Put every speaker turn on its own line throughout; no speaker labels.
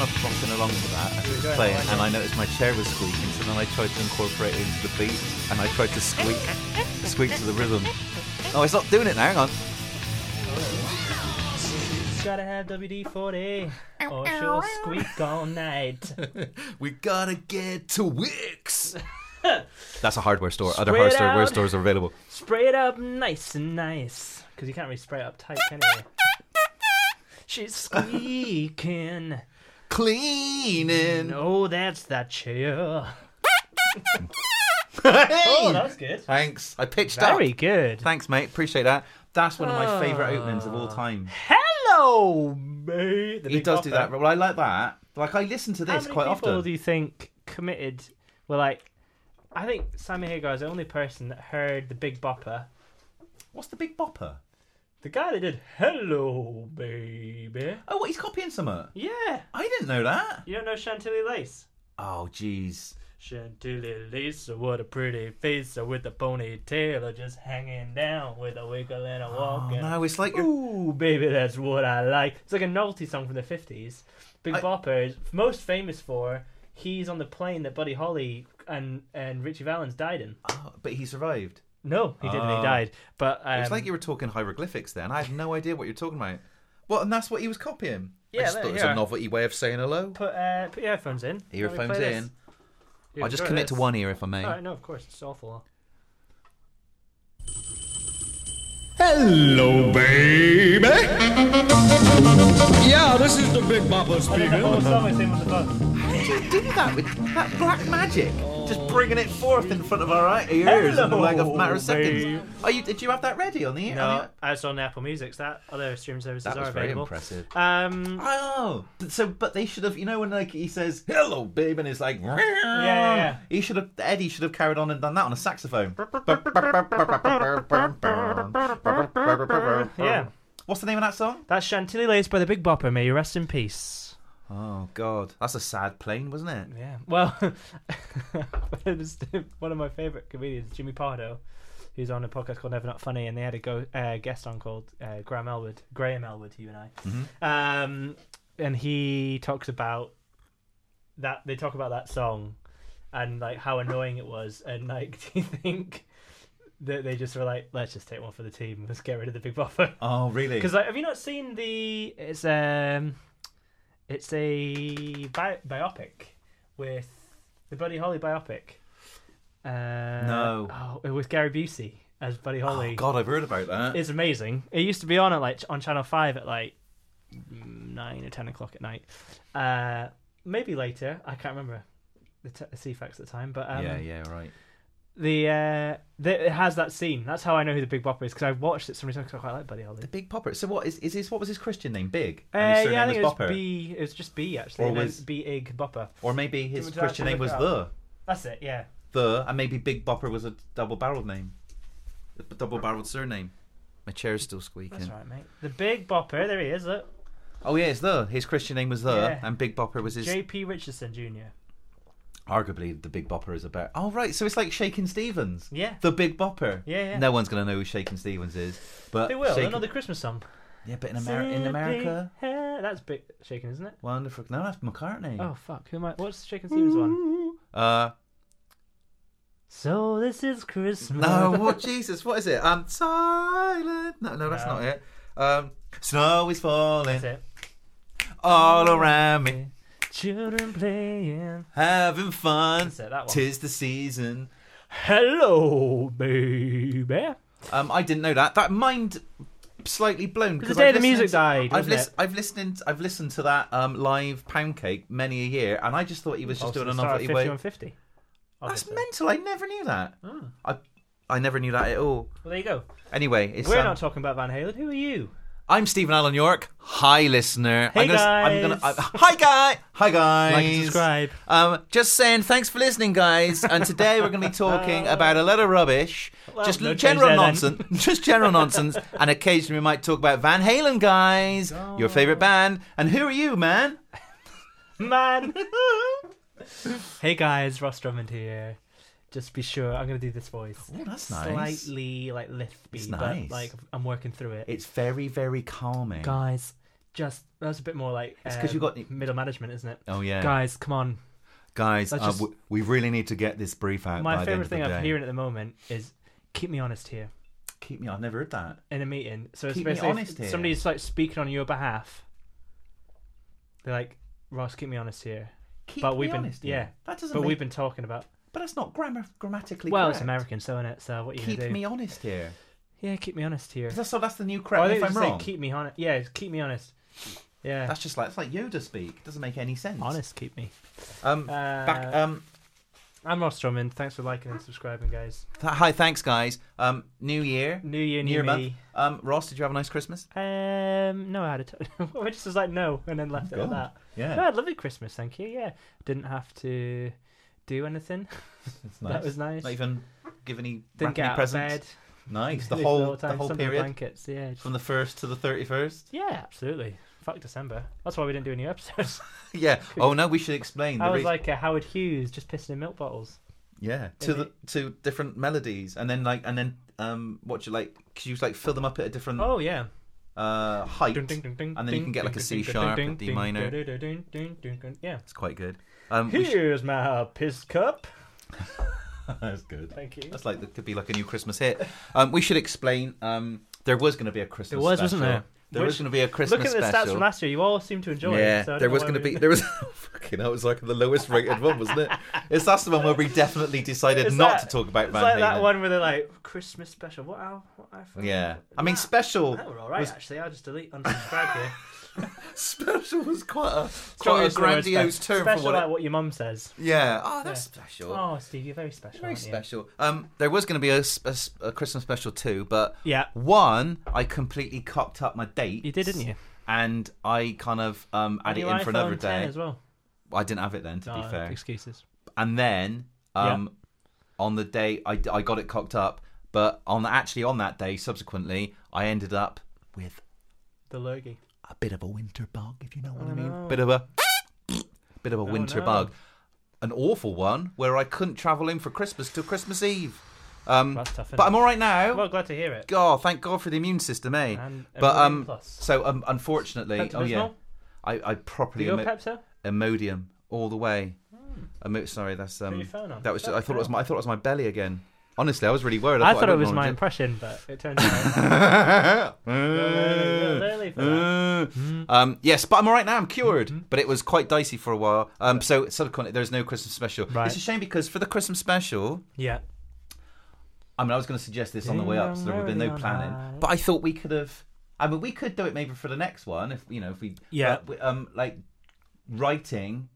along to that playing, and I noticed my chair was squeaking. So then I tried to incorporate it into the beat, and I tried to squeak, squeak to the rhythm. Oh, it's not doing it now. Hang on.
Gotta have WD 40 or she'll squeak all night.
We gotta get to Wix. That's a hardware store. Other
Spread
hardware
out.
stores are available.
Spray it up nice and nice. Because you can't really spray it up tight anyway. She's squeaking.
Cleaning.
Oh, that's that chair.
Hey!
Oh, that's good.
Thanks. I pitched up.
Very Ah. good.
Thanks, mate. Appreciate that. That's one of my favourite openings of all time.
Hello, mate. The
He
big
does do that.
offer.
Well, I like that. Like, I listen to
How
this
many
quite
people
often.
do you think committed? Well, like, I think Sammy Hagar is the only person that heard the Big Bopper.
What's the big bopper?
The guy that did "Hello, baby."
Oh, what? He's copying something.
Yeah,
I didn't know that.
you don't know Chantilly Lace.
Oh, jeez.
Chantilly Lace, oh, what a pretty face, oh, with a ponytail, or just hanging down with a wiggle and a
Oh,
walk. and-
no, it's like you're.
Ooh, baby, that's what I like. It's like a novelty song from the 50s. Big
I-
Bopper is most famous for he's on the plane that Buddy Holly and, and Richie Valens died in.
Oh, but he survived.
No, he didn't.
Oh.
He died. But um,
It's like you were talking hieroglyphics then. I have no idea what you're talking about. Well, and that's what he was copying. I
Yeah,
just
there
thought it
you
was
are.
a novelty way of saying hello.
put, uh, put your headphones in. Let me
Earphones
play this.
in.
Here,
I'll just
enjoy
commit to
this.
one ear if I may.
All right, no, of course, it's awful.
Hello, baby. Yeah, this is the Big Bopper speaking.
do that with that black magic. Just
Oh.
bringing it forth in front of our eye- ears in like a matter of seconds.
babe.
Are you, did you have that ready on the e- ear? on
No,
the-
as on Apple Music's, that other stream services
That
are
was very
available.
impressive.
Um,
Oh, but so but they should have. You know when like he says "Hello, babe" and it's like yeah,
yeah, yeah.
He should have. Eddie should have carried on and done that on a saxophone.
yeah,
What's the name of that song?
that's Chantilly Lace by the Big Bopper. May you rest in peace.
Oh God, that's a sad plane, wasn't it?
Yeah. Well, it was one of my favorite comedians, Jimmy Pardo, who's on a podcast called Never Not Funny, and they had a go, uh, guest on called uh, Graham Elwood, Graham Elwood, you and I, um, and he talks about that. They talk about that song and like how annoying it was, and like, do you think? That they just were like, let's just take one for the team. Let's get rid of the big buffer.
Oh really?
Because like, have you not seen the? It's um, it's a bi- biopic with the Buddy Holly biopic. Uh,
No.
oh, it was Gary Busey as Buddy Holly.
Oh God, I've heard about that.
It's amazing. It used to be on at like on Channel Five at like nine or ten o'clock at night. Uh, maybe later. I can't remember the, t- the CFAX at the time, but um,
yeah, yeah, right.
the uh, the, it has that scene. That's how I know who the Big Bopper is because I watched it so many times 'cause I quite like Buddy Holly.
The Big Popper. So what is is his? What was his Christian name? Big. And
Uh,
his surname
yeah, I think it
was
was
Bopper.
B. It was just B actually.
Or
and then
was-
B Ig Bopper?
Or maybe his
Would you
Christian
like to
name was
look
the
That's it. Yeah.
the, and maybe Big Bopper was a double-barreled name, a double-barreled surname. My chair is still squeaking.
That's right, mate. The Big Bopper. There he is. Look,
Oh yeah, it's the. His Christian name was the,
Yeah.
and Big Bopper was his.
J.P. Richardson Jr.
Arguably, the Big Bopper is a better. Oh right, so it's like Shakin' Stevens.
Yeah.
The Big Bopper.
Yeah, yeah.
No one's gonna know who Shakin' Stevens is, but
They will.
Shakin'-
Another Christmas song.
Yeah, but in, Ameri- in America,
Simply Hair- That's big shaking, isn't it?
wonderful. No, that's McCartney.
Oh fuck. Who am I? What's Shaking Stevens one?
Uh,
So this is Christmas.
No, what Jesus? What is it? Um, silent. No, no, that's
No.
not it. Um, snow is falling
That's it.
all around me,
Children playing.
having fun.
That's it, that one.
Tis the season.
Hello, baby.
Um, I didn't know that. That mind slightly blown.
was
'cause
the day
I've
the music
listened-
died,
I've,
wasn't it?
I've listened. I've listened to that um live pound cake many a year, and I just thought he was just
Also
doing
the
a
start of
novelty
50
way.
on 50.
That's
obviously.
mental. I never knew that.
Ah.
I I never knew that at all.
Well, there you go.
Anyway, it's
We're
um,
not talking about Van Halen. Who are you?
I'm Stephen Allen York. Hi, listener.
Hey,
I'm gonna, I'm gonna,
guys.
I, hi, guy. Hi, guys.
Like and subscribe.
Um, just saying, thanks for listening, guys. And today we're going to be talking about a lot of rubbish, just
no change
general
there, then.
nonsense, just general nonsense, and occasionally we might talk about Van Halen, guys, your favorite band. And who are you, man?
man. hey guys, Ross Drummond here. Just be sure I'm gonna do this voice.
Oh, that's nice.
Slightly like lispy,
It's
but
nice.
like I'm working through it.
It's very, very calming.
Guys, just that's a bit more like
It's 'cause you
um,
got-
middle management, isn't it?
Oh yeah,
Guys, come on.
guys,
that's
uh,
just-
w- we really need to get this brief out.
My
by
favorite
the
thing
end of the
I'm
day.
hearing at the moment is keep me honest here
Keep me. I've never heard that.
in a meeting. So it's
Keep me
basically if
honest here.
somebody's like speaking on your behalf. They're like, Ross, keep me honest here.
Keep
But
me
we've been-
honest here.
yeah.
That doesn't.
But
make-
we've been talking about
But that's not grammar grammatically
well,
correct.
it's American, so in it. So what are you
Keep
gonna do?
me honest here.
Yeah, keep me honest here.
That's so. That's the new
Oh,
correct.
I
if
think they
I'm
just say
wrong,
keep me honest. Yeah, it's keep me honest. Yeah,
that's just like it's like Yoda speak. It doesn't make any sense.
honest. Keep me.
Um,
Uh,
back. Um,
I'm Ross Drummond. Thanks for liking and subscribing, guys.
th- hi. Thanks, guys. Um, New Year.
New year, new
New Year month.
me.
Um, Ross, did you have a nice Christmas?
Um, no, I had a. T- I just was like no, and then left it at
God.
that.
Yeah,
No, I had a lovely Christmas. Thank you. Yeah, didn't have to do anything.
it's
That was nice.
Not even give any
didn't
wrap any
get out
presents.
of bed.
Nice. The
Sleep
whole
time,
the whole
slept in
period
Blankets. Yeah. just-
from the first to the thirty first.
yeah, absolutely. Fuck December. That's why we didn't do any episodes.
yeah. Oh no, we should explain.
I
the
was
re-
like uh, Howard Hughes, just pissing in milk bottles.
yeah, to
in
the to different melodies, and then like and then um, what you like? Cause you like fill them up at a different
Oh yeah.
uh height.
And
And then you can get, like, a C sharp, a D minor.
Yeah.
It's quite good. Um, we should-
Here's my piss cup.
that's good.
Thank you.
That's like that could be like a new Christmas hit. Um, we should explain. Um, there was going to be a Christmas.
There was, wasn't
special.
there?
There was
Which-
going to be a Christmas
Look at the
special.
stats from last year. You all seem to enjoy
yeah,
it. so I don't
there
know
was
why
going to
we-
be there was fucking. That was like the lowest rated one, wasn't it? It's that's the one where we definitely decided
It's that-
not to talk about
It's
Van
like that
Halen.
one where they're like Christmas special. What hour? What iPhone?
Yeah, I mean
Nah,
special.
That were all right
was-
actually. I'll just delete unsubscribe here.
Special was quite a
Sorry,
quite a
it's the word
grandiose
spe-
term
special
for what.
like
it,
what your mum says.
yeah. Oh, that's
Yeah.
special.
Oh, Steve, you're very special.
Very
aren't you?
special. Um, there was going to be a, s- a s- a Christmas special too, but
Yeah.
one I completely cocked up my date.
You did, didn't you?
and I kind of um, had it
Your
in for another
iPhone 10
day.
as well.
I didn't have it then, to
Oh,
be fair.
Excuses.
And then um, on the day I, I got it cocked up, but on actually on that day subsequently, I ended up with
The lurgy.
a bit of a winter bug, if you know what
Oh,
I mean.
no. Oh,
Bit of a bit of a winter
no.
bug, an awful one where I couldn't travel in for Christmas till Christmas Eve. Um,
That's tough.
but I'm all right now.
well, glad to hear it.
God, thank God for the immune system, eh?
And
but
Imodium
um,
Plus.
so um, unfortunately, oh yeah,
Pepto-Bismol?
I, I
Do
properly
you go
emo-
Pepto?
Imodium all the way.
Hmm.
Emo- sorry, that's
Put your
um,
phone on.
that was just,
Fucking
I thought it was
hell.
my I thought it was my belly again. Honestly, I was really worried.
I thought it
didn't
was my
want
impression, but it turns out.
to-
early for that.
um, yes, but I'm all right now. I'm cured,
Mm-hmm.
but it was quite dicey for a while. Um, so subsequently, there's no Christmas special.
Right.
It's a shame because for the Christmas special,
yeah.
I mean, I was going to suggest this on the way up, so there would have been no planning. But I thought we could have. I mean, we could do it maybe for the next one if you know if we
Yeah.
but, um like writing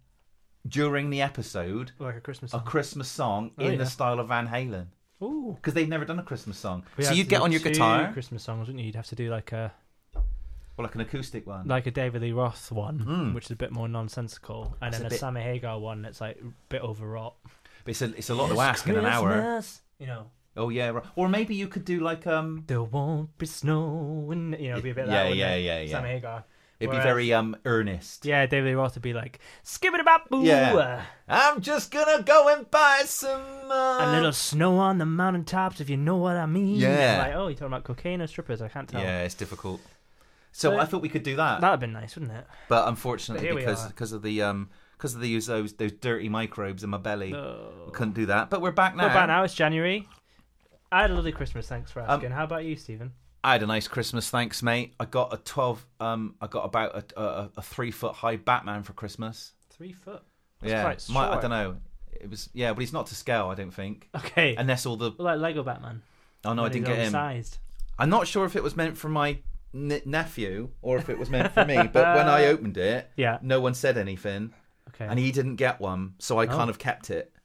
during the episode
Like a Christmas
a
song.
Christmas song
Oh,
in
yeah.
the style of Van Halen
Ooh.
because they've never done a Christmas song.
We
so
had
you'd
to
get
do
on your
two
guitar
Christmas songs, wouldn't you? You'd have to do like a
or like an acoustic one.
like a David Lee Roth one,
Mm.
which is a bit more nonsensical, and
That's
then
a
a,
bit-
Sammy Hagar one that's like a bit overwrought.
but it's a it's a lot to Oh, ask in an hour.
Christmas, You know,
Oh yeah, right. or maybe you could do like um.
there won't be snow, and you know, it'd be a bit
Yeah,
that. wouldn't
yeah,
it?
yeah, yeah.
Sammy Hagar.
It'd
Whereas-
be very um earnest.
Yeah, David Lee Roth would be like, skip it about boo.
Yeah. I'm just gonna go and buy some. Uh...
A little snow on the mountaintops, if you know what I mean.
Yeah.
Like, oh, you're talking about cocaine or strippers? I can't tell.
Yeah, it's difficult. So
So-
I thought we could do that,
That would have been nice, wouldn't it?
but
But
unfortunately,
here we
because
are.
because of the um because of the use those those dirty microbes in my belly, we
Oh.
couldn't do that. But we're back now.
What about now? It's January. I had a lovely Christmas. Thanks for asking. How about you, Stephen?
I had a nice Christmas, thanks, mate. I got a twelve. Um, I got about a a, a three foot high Batman for Christmas.
Three foot. That's
yeah,
quite
My- I
short.
don't know. It was yeah, but he's not to scale. I don't think.
Okay.
Unless all the
Well, like Lego Batman.
oh no, I
when he's
didn't get him.
Sized.
I'm not sure if it was meant for my n- nephew or if it was meant for me. But when I opened it,
Yeah.
no one said anything.
Okay. Oh.
and he didn't get one, so I kind of kept it.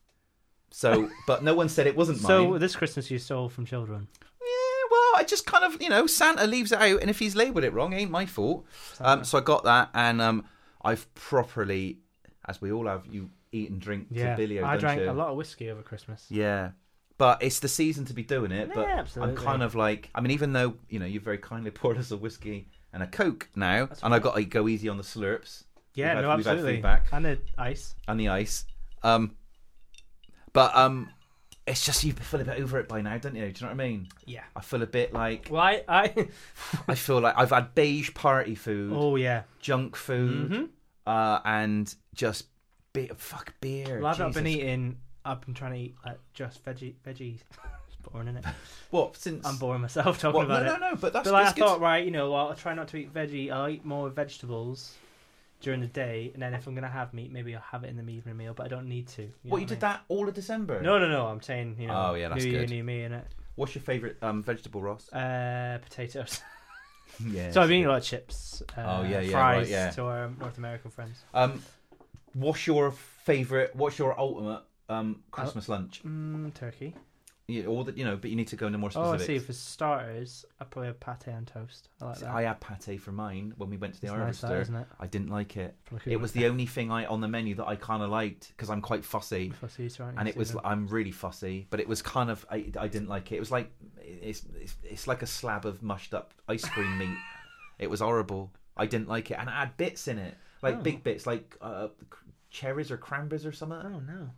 So, but no one said it wasn't
so
mine.
this Christmas you stole from children.
Yeah, well, I just kind of, you know, Santa leaves it out, and if he's labelled it wrong, it ain't my fault. Um, so I got that, and um, I've properly, as we all have, you eat and drink
Yeah.
to Billio,
I
don't
drank
you?
a lot of whiskey over Christmas.
Yeah. But it's the season to be doing it. But
Yeah,
I'm
absolutely.
kind of like, I mean, even though you know you very kindly poured us a whiskey and a coke now, and I've got to go easy on the slurps.
Yeah,
We've had-
no,
we've had
absolutely.
feedback.
And the ice.
and the ice. Um, but um, it's just you feel a bit over it by now, don't you? Do you know what I mean?
Yeah.
I feel a bit like
Well, I, I
I feel like I've had beige party food,
oh Mm-hmm. yeah.
junk food, uh, and just be- fuck beer.
Well, I've not been
Jesus.
eating. I've been trying to eat like just veggie veggies. it's boring, is it?
what since?
I'm boring myself talking
what? No,
about
no,
it.
no. But that's
But like, I
that's good.
thought, right, you know, well, I'll try not to eat veggie. I'll eat more vegetables during the day, and then if I'm gonna have meat, maybe I'll have it in the evening meal. But I don't need to. You know
what you did
I
that all of December?
mean? No, no, no. I'm saying, you know,
Oh, yeah, that's
new year,
good.
new me, in it.
What's your favourite um, vegetable, Ross?
Uh, potatoes.
yeah.
so I've been eating a lot of chips. Uh,
Oh, yeah, yeah,
fries
right, yeah.
to our North American friends.
Um, what's your favourite? What's your ultimate um,
Uh,
Christmas lunch?
Mm, turkey.
Yeah, all that you know, but you need to go into more
Oh, I
specifics.
see. For starters, I probably have pate and toast. I like that.
I had pate for mine when we went to the
It's nice, that,
Harvester.
isn't it?
I didn't like it.
Probably could
It
have
was
done
the only thing I on the menu that I kind of liked because I'm quite fussy,
that before Caesar, aren't you?
and it was
Caesar?
like, I'm really fussy. But it was kind of I, I didn't like it. It was like it's, it's it's like a slab of mushed up ice cream meat. It was horrible. I didn't like it, and it had bits in it, like
Oh.
big bits, like uh, c- cherries or cranberries or something.
oh no.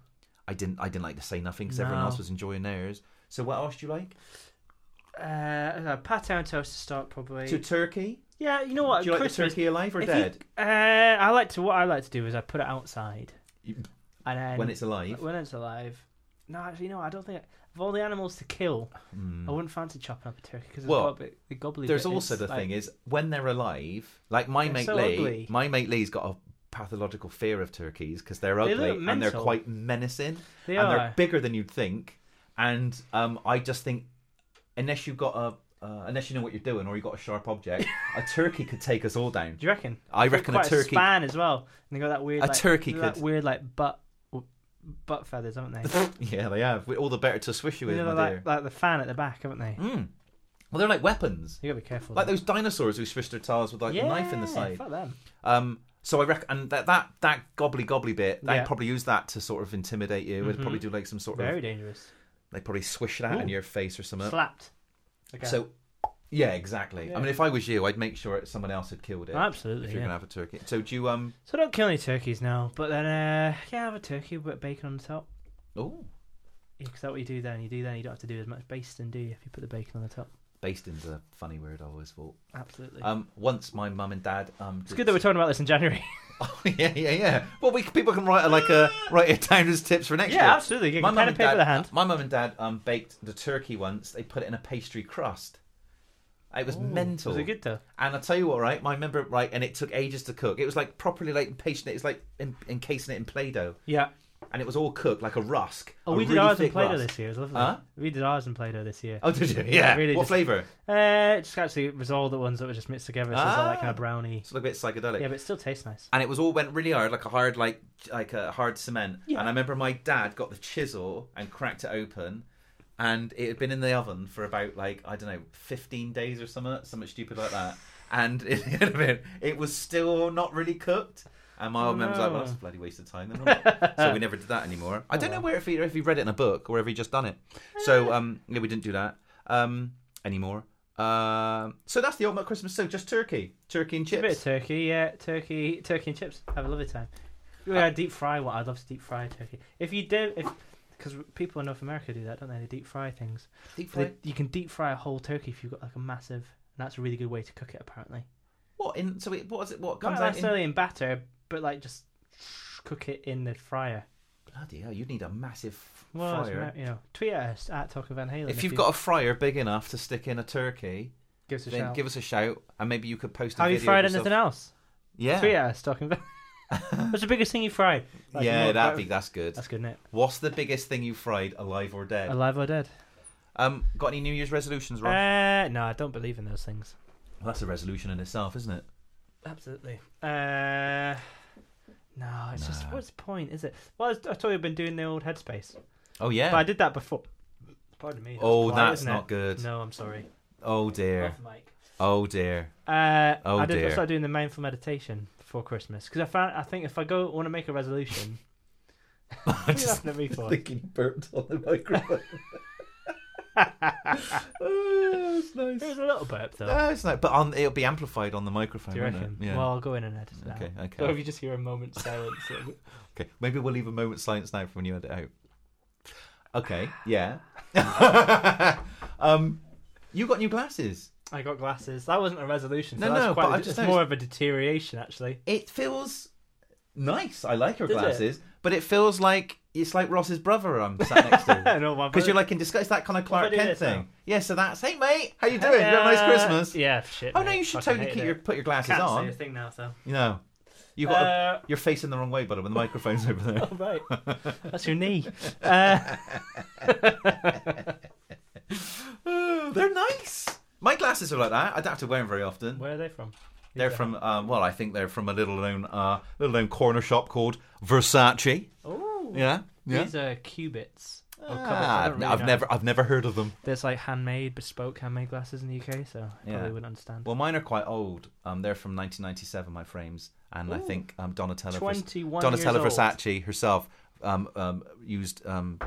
I didn't I didn't like to say nothing because everyone
No.
else was enjoying theirs. So what else do you like?
Uh, no, pate and toast to start probably.
So turkey.
yeah, you know what?
Do you like the
Uh, Christmas.
turkey alive or
if
dead?
You, uh, I like to. What I like to do is I put it outside,
You-
and then
when it's alive.
when it's alive. No, actually, no. I don't think of all the animals to kill.
Hmm.
I wouldn't fancy chopping up a turkey because
Mm. Well,
got a bit, the gobbly.
There's
bit
also
is,
the
like-
thing is when they're alive, like my
They're
mate
so
Lee,
ugly.
my mate Lee's got a pathological fear of turkeys because they're
They
ugly
look
and they're
mental.
quite menacing
They
and
are.
they're bigger than you'd think. And um, I just think unless you've got a uh, unless you know what you're doing or you've got a sharp object, a turkey could take us all down.
Do you reckon?
I reckon a
Quite
turkey.
span as well, and they got that weird.
A
like,
turkey
that
could-
weird like butt butt feathers, haven't they?
yeah, they have. All the better to swish you
you
with,
know,
my
they're
dear.
like, like the fan at the back, haven't they?
Mm. Well, they're like weapons.
You gotta be careful.
Like
though.
those dinosaurs who swished their tails with like a knife in the
Yeah,
side.
Fuck them.
Um, so I reckon and that that that gobbly gobbly bit, they
Yeah. Mm-hmm.
probably use that to sort of intimidate you. They'd probably do like some sort
Very
of
dangerous.
they probably swish that in
Ooh.
your face or something.
Slapped. Okay.
So yeah, exactly.
Yeah.
I mean, if I was you, I'd make sure someone else had killed it.
Oh, absolutely.
If
Yeah.
you're gonna have a turkey, so do you um
So don't kill any turkeys now, but then uh, yeah, have a turkey with bacon on the top.
oh
Because that's what you do then. You do then. You don't have to do as much basting, do you? If you put the bacon on the top.
basting's a funny word I always thought.
Absolutely.
Um, once my mum and dad um
it's good that we're talking about this in January.
oh, yeah yeah yeah. Well, we people can write a, like a write it down as tips for next year.
yeah, absolutely. Get a pen
mum
and paper in
dad,
the hand.
My mum and dad um, baked the turkey once. They put it in a pastry crust. It was mental.
Was it good though?
And I tell you what, right? My member, right? And it took ages to cook. It was like properly like pasting it. It's like en- encasing it in play-doh,
Yeah.
and it was all cooked like a rusk.
Oh,
a
we did
really
ours in
thick
Play-Doh
rusk.
this year. It was lovely.
Huh?
We did ours in Play-Doh this year.
Oh, did you? Yeah.
really
what
just-
flavour?
Uh, just actually, it was all the ones that were just mixed together. So it was all like kind
Ah.
of brownie.
It's a little bit psychedelic.
Yeah, but it still tastes nice.
and it was all went really hard, like a hard, like like a hard cement.
Yeah.
And I remember my dad got the chisel and cracked it open, and it had been in the oven for about like I don't know, fifteen days or something, something stupid like that. And it, had been- it was still not really cooked. And my old man was like, "Well,
no.
that's a bloody waste of time." Then, wasn't it?" so we never did that anymore. I
Oh,
don't know where if he if he read it in a book or if he just done it. So
Uh.
um, yeah, we didn't do that um anymore. Um, so that's the ultimate Christmas. So just turkey, turkey and
A bit of
chips.
turkey, yeah, turkey, turkey and chips. Have a lovely time.
Uh,
Yeah, deep fry one. I'd love to deep fry turkey. If you do, if because people in North America do that, don't they? They deep fry things.
Deep
They-
fried.
you can deep fry a whole turkey if you've got like a massive, and that's a really good way to cook it. Apparently,
What in? So it, what is it? What
not
comes out in?
necessarily in batter, but like just cook it in the fryer.
Bloody hell! You'd need a massive
Well, it's
fryer.
ma- you know, tweet at us at Talking Van Halen
If you've got a fryer big enough to stick in a turkey,
give us a
then
shout.
give us a shout, and maybe you could post. A
Have you
video
fried
of yourself.
anything else?
Yeah,
Tweet at us Talking Van. What's the biggest thing you fried? Like, you
yeah,
know,
that'd be that's good.
That's good, isn't it?
What's the biggest thing you fried, alive or dead?
Alive or dead?
Um, got any New Year's resolutions, Ross?
Uh, no, I don't believe in those things.
well, that's a resolution in itself, isn't it?
Absolutely. Uh, no, it's just
No.
what's the point, is it? Well, I was- I told you I've been doing the old headspace,
Oh yeah.
but I did that before. Pardon me.
oh,
polite,
that's
isn't it?
not good.
No, I'm sorry.
Oh dear.
Off mic.
Oh dear.
Uh,
Oh,
I did
dear.
I started doing the mindful meditation before Christmas because I found I think if I go want to make a resolution,
I just
Nothing we thought.
think he burped on the microphone. oh, that's nice.
it was a little burp though.
No, it's not. But on, it'll be amplified on the microphone.
do you
won't
reckon?
It? Yeah.
Well, I'll go in and edit it
okay.
out.
Okay.
So if you just hear a moment's silence, it'll be-
Okay. Maybe we'll leave a moment's silence now for when you edit out. Okay, yeah. um, you got new glasses.
I got glasses. That wasn't a resolution. So
No,
that's
no,
quite
but I
it's
just
more of a deterioration actually.
It feels nice. I like your
Does it?
glasses, but it feels like it's like Ross's brother I'm sat next to.
No, my
Because you're
brother-
like in disguise. It's that kind of
What if
Clark
I do
Kent
this now?
thing. Yeah. So that's hey mate, how you doing? you have a nice
Uh,
Christmas.
Yeah, shit.
Oh no,
mate.
you should
Fucking
totally
hated
keep
it.
your put your glasses
Can't
on.
say a thing now, so.
No, you got a,
Uh,
you're facing the wrong way, buddy. When the microphone's over there.
oh, right. That's your knee. Uh,
Oh, They're nice. My glasses are like that. I don't have to wear them very often.
where are they from?
They're from um, well, I think they're from a little known uh, little known corner shop called Versace.
Oh,
Yeah, yeah.
These are cubits. Oh, cubits.
Ah,
I
I've,
don't really
I've
know.
never I've never heard of them.
There's like handmade, bespoke, handmade glasses in the UK, so I
Yeah.
probably wouldn't understand.
Well, mine are quite old. Um, they're from 1997. My frames, and I
Ooh.
think um, Donatella Vers-
21
Donatella
years old.
Versace herself um, um, used. Um,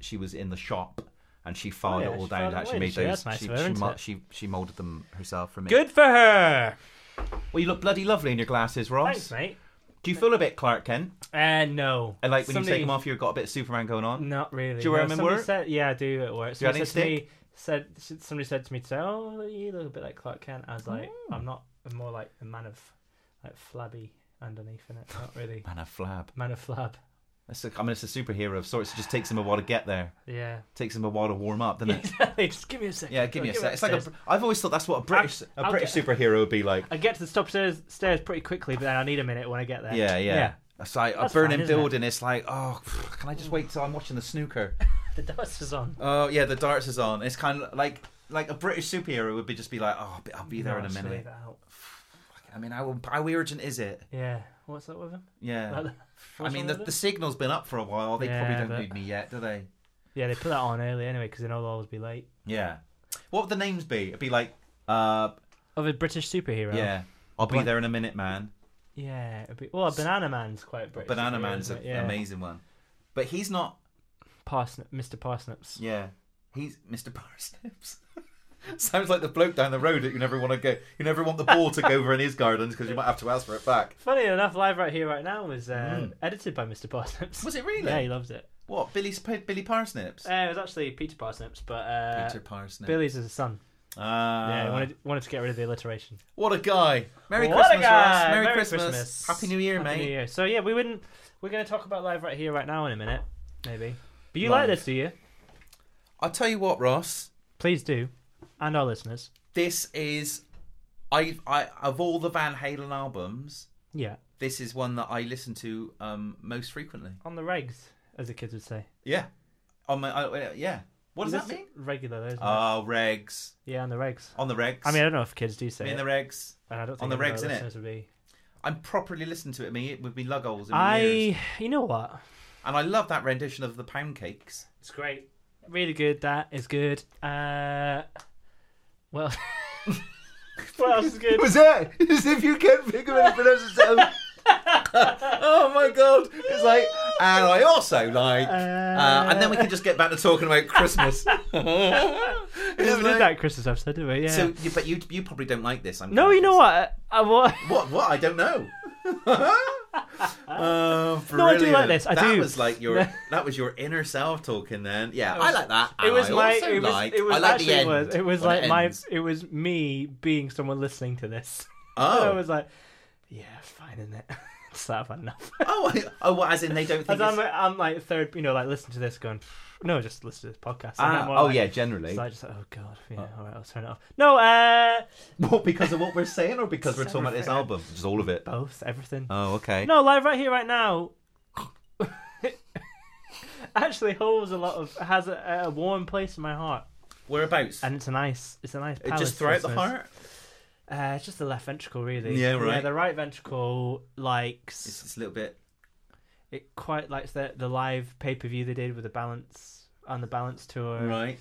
she was in the shop. And she filed
Oh, yeah,
it all
she
down.
filed
and
it
actually
away, didn't
made
she?
those.
That's nice
she,
of her,
she,
isn't
mo-
it?
she she molded them herself for me.
Good for her.
Well, you look bloody lovely in your glasses, Ross.
Thanks, mate.
Do you feel a bit Clark Kent?
Uh, no.
And like when you
Somebody-
take them off, you've got a bit of Superman going on.
Not really.
Do you wear
No,
them in
somebody
work?
Said, yeah, I do at work.
Do you have
Somebody
any
said to me, said somebody said to me today, "Oh, you look a bit like Clark Kent." I was like,
Oh.
"I'm not. I'm more like a man of like flabby underneath in it. Not really
Man, a flab.
man of flab."
That's a, I mean, it's a superhero of sorts. It just takes him a while to get there.
Yeah.
Takes him a while to warm up, doesn't it?
Exactly. Just give me a second.
Yeah, give me a sec. It's like a,
upstairs.
I've always thought that's what a British a
I'll
British
get-
superhero would be like.
I get to the top stairs, stairs pretty quickly, but then I need a minute when I get there.
Yeah, yeah. It's like
That's
a burning
fine, isn't it?
building. It's like, oh, pff, can I just wait till I'm watching the snooker?
The dust is on.
Oh yeah, the darts is on. It's kind of like like a British superhero would be just be like, oh, I'll be there
No,
in a
I'll
minute.
leave it out.
I mean, how, how urgent is it?
Yeah. What's up with him?
Yeah. I
What's
mean,
wrong
the,
with
the signal's been up for a while. They
Yeah,
probably don't
but-
need me yet, do they?
Yeah, they put that on early anyway because they know they'll always be late.
Yeah. What would the names be? It'd be like, uh,
Of a British superhero.
yeah. I'll be
Blan-
there in a minute, man.
Yeah. it'd Be, well, Banana Man's quite British.
Banana
superhero,
Man's
isn't
an
it? yeah.
amazing one, but he's not.
Parsnip, Mr. Parsnips.
Yeah, he's Mr. Parsnips. Sounds like the bloke down the road that you never want to go. You never want the ball to go over in his gardens because you might have to ask for it back.
Funny enough, live right here, right now was uh,
Mm.
edited by Mr. Parsnips.
Was it really?
Yeah, he loves it.
What Billy Sp- Billy Parsnips?
Uh, it was actually Peter Parsnips, but uh,
Peter Parsnips.
Billy's is a son.
Ah,
Yeah, he wanted, wanted to get rid of the alliteration.
what a guy! Merry
What a
Christmas,
guy!
Ross. Merry,
Merry
Christmas.
Christmas.
Happy New Year,
Happy
mate.
New Year. So yeah, we wouldn't. We're going to talk about live right here, right now, in a minute, maybe. But you like
Live.
this, do you?
I'll tell you what, Ross.
Please do, and our listeners.
This is, I, I of all the Van Halen albums,
Yeah,
this is one that I listen to um, most frequently.
on the regs, as the kids would say.
Yeah. On my, I, yeah. What does that
Listen-
mean?
Regular, though, isn't it?
Ah, regs.
Yeah, on the regs.
On the regs.
I mean, I don't know if kids do say
Me and
it,
the regs.
and I don't think
on the
any of
regs,
our
innit?
listeners would be.
I'm properly listening to it. Me, it would be lug holes in my ears.
I, you know what?
And I love that rendition of the pound cakes.
It's great. Really good. That is good. Uh, well, what else is good?
was it? As if you can't figure anything else out. oh my god! It's like, and I also like, uh, and then we can just get back to talking about Christmas.
We never
It's
did
like-
that Christmas episode, did we? Yeah.
So, you- but you you probably don't like this. I'm
no,
gonna
you know
guess.
what? I, what?
What? What? I don't know.
No,
Uh,
I do like
brilliant.
this. I
that
do.
was like your that was your inner self talking. Then, yeah, I like that.
It was
I
my.
Also
It was.
like,
it was
I like
actually
the end.
was. It was
when
like my.
ends.
It was me being someone listening to this. I
Oh,
was like, yeah, fine, isn't it? Just that fun enough.
oh, I- oh. Well, as in they don't think.
As I'm,
It's...
I'm like third, you know, like listen to this, going, no, just listen to this podcast. And I'm
Ah,
more
oh
like-
yeah, generally.
So I just like, oh god, yeah, all right, I'll turn it off. No, uh,
What because of what we're saying, or because we're talking about this
Everything.
album? Just all of it.
both, everything.
Oh, okay.
No, live right here, right now. actually, holds a lot of has a, a warm place in my heart,
Whereabouts?
and it's a nice, it's a nice.
It
Palace,
just throughout the
listeners.
heart.
Uh, it's just the left ventricle, really.
Yeah, right.
the right ventricle likes
It's, it's a little bit.
it quite likes the the live pay per view they did with the balance on the balance tour.
Right.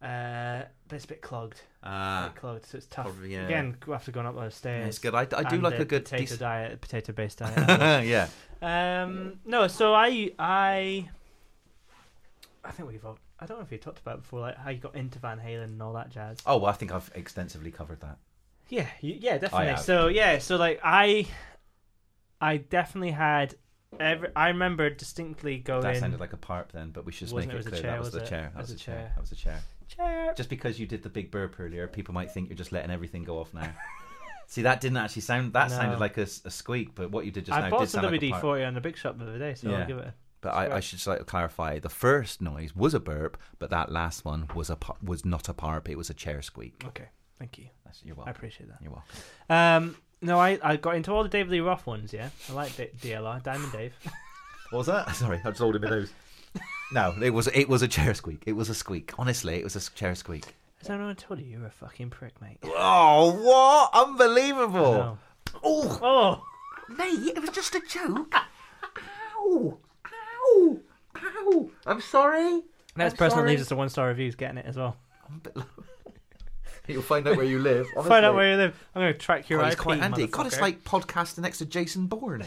Uh, but it's a bit clogged. A
Ah,
bit clogged, so it's tough.
Probably, yeah.
Again, we have to go up those stairs.
it's good. I, I do
uh, and
like
the
a good.
potato
dec-
diet, potato based diet.
yeah.
um, no, so I I I think we've all, I don't know if we talked about it before like how you got into Van Halen and all that jazz.
Oh, well, I think I've extensively covered that.
Yeah, you, yeah, definitely.
have.
So yeah, so like I, I definitely had every, I remember distinctly going.
That sounded like a pipe then, but we should just make
Wasn't
it,
it- it was a
clear
chair,
that was,
was
the
it?
chair.
It
That was
was
the
a
chair.
chair.
That was the chair.
chair.
Just because you did the big burp earlier, people might think you're just letting everything go off now. See, that didn't actually sound. That
No.
sounded like a, s- a squeak, but what you did just
I
now
bought
did
some
sound like a
WD
pipe.
forty on the big shop the other day, so
Yeah.
I'll give it. A,
But I, I
Sure.
should just like to clarify: the first noise was a burp, but that last one was a pu- was not a parp; it was a chair squeak.
okay, thank you.
That's, you're
I
welcome.
appreciate that.
You're welcome.
Um, no, I, I got into all the David Lee Roth ones. Yeah, I like D- DLR Diamond Dave.
What was that? Sorry, I just holding my nose. No, it was it was a chair squeak. It was a squeak. Honestly, it was a s- chair squeak.
Has anyone told you you're a fucking prick, mate?
Oh, what? Unbelievable!
No.
Oh,
Oh,
mate, it was just a joke. Ow! Ow! Ow! I'm sorry.
next
I'm
person that
sorry.
leaves us a one star review is getting it as well.
You'll find out where you live. Honestly.
Find out where you live. I'm gonna track your
God,
IP.
it's Oh, quite handy. God,
motherfucker.
it's like podcasting next to Jason Bourne.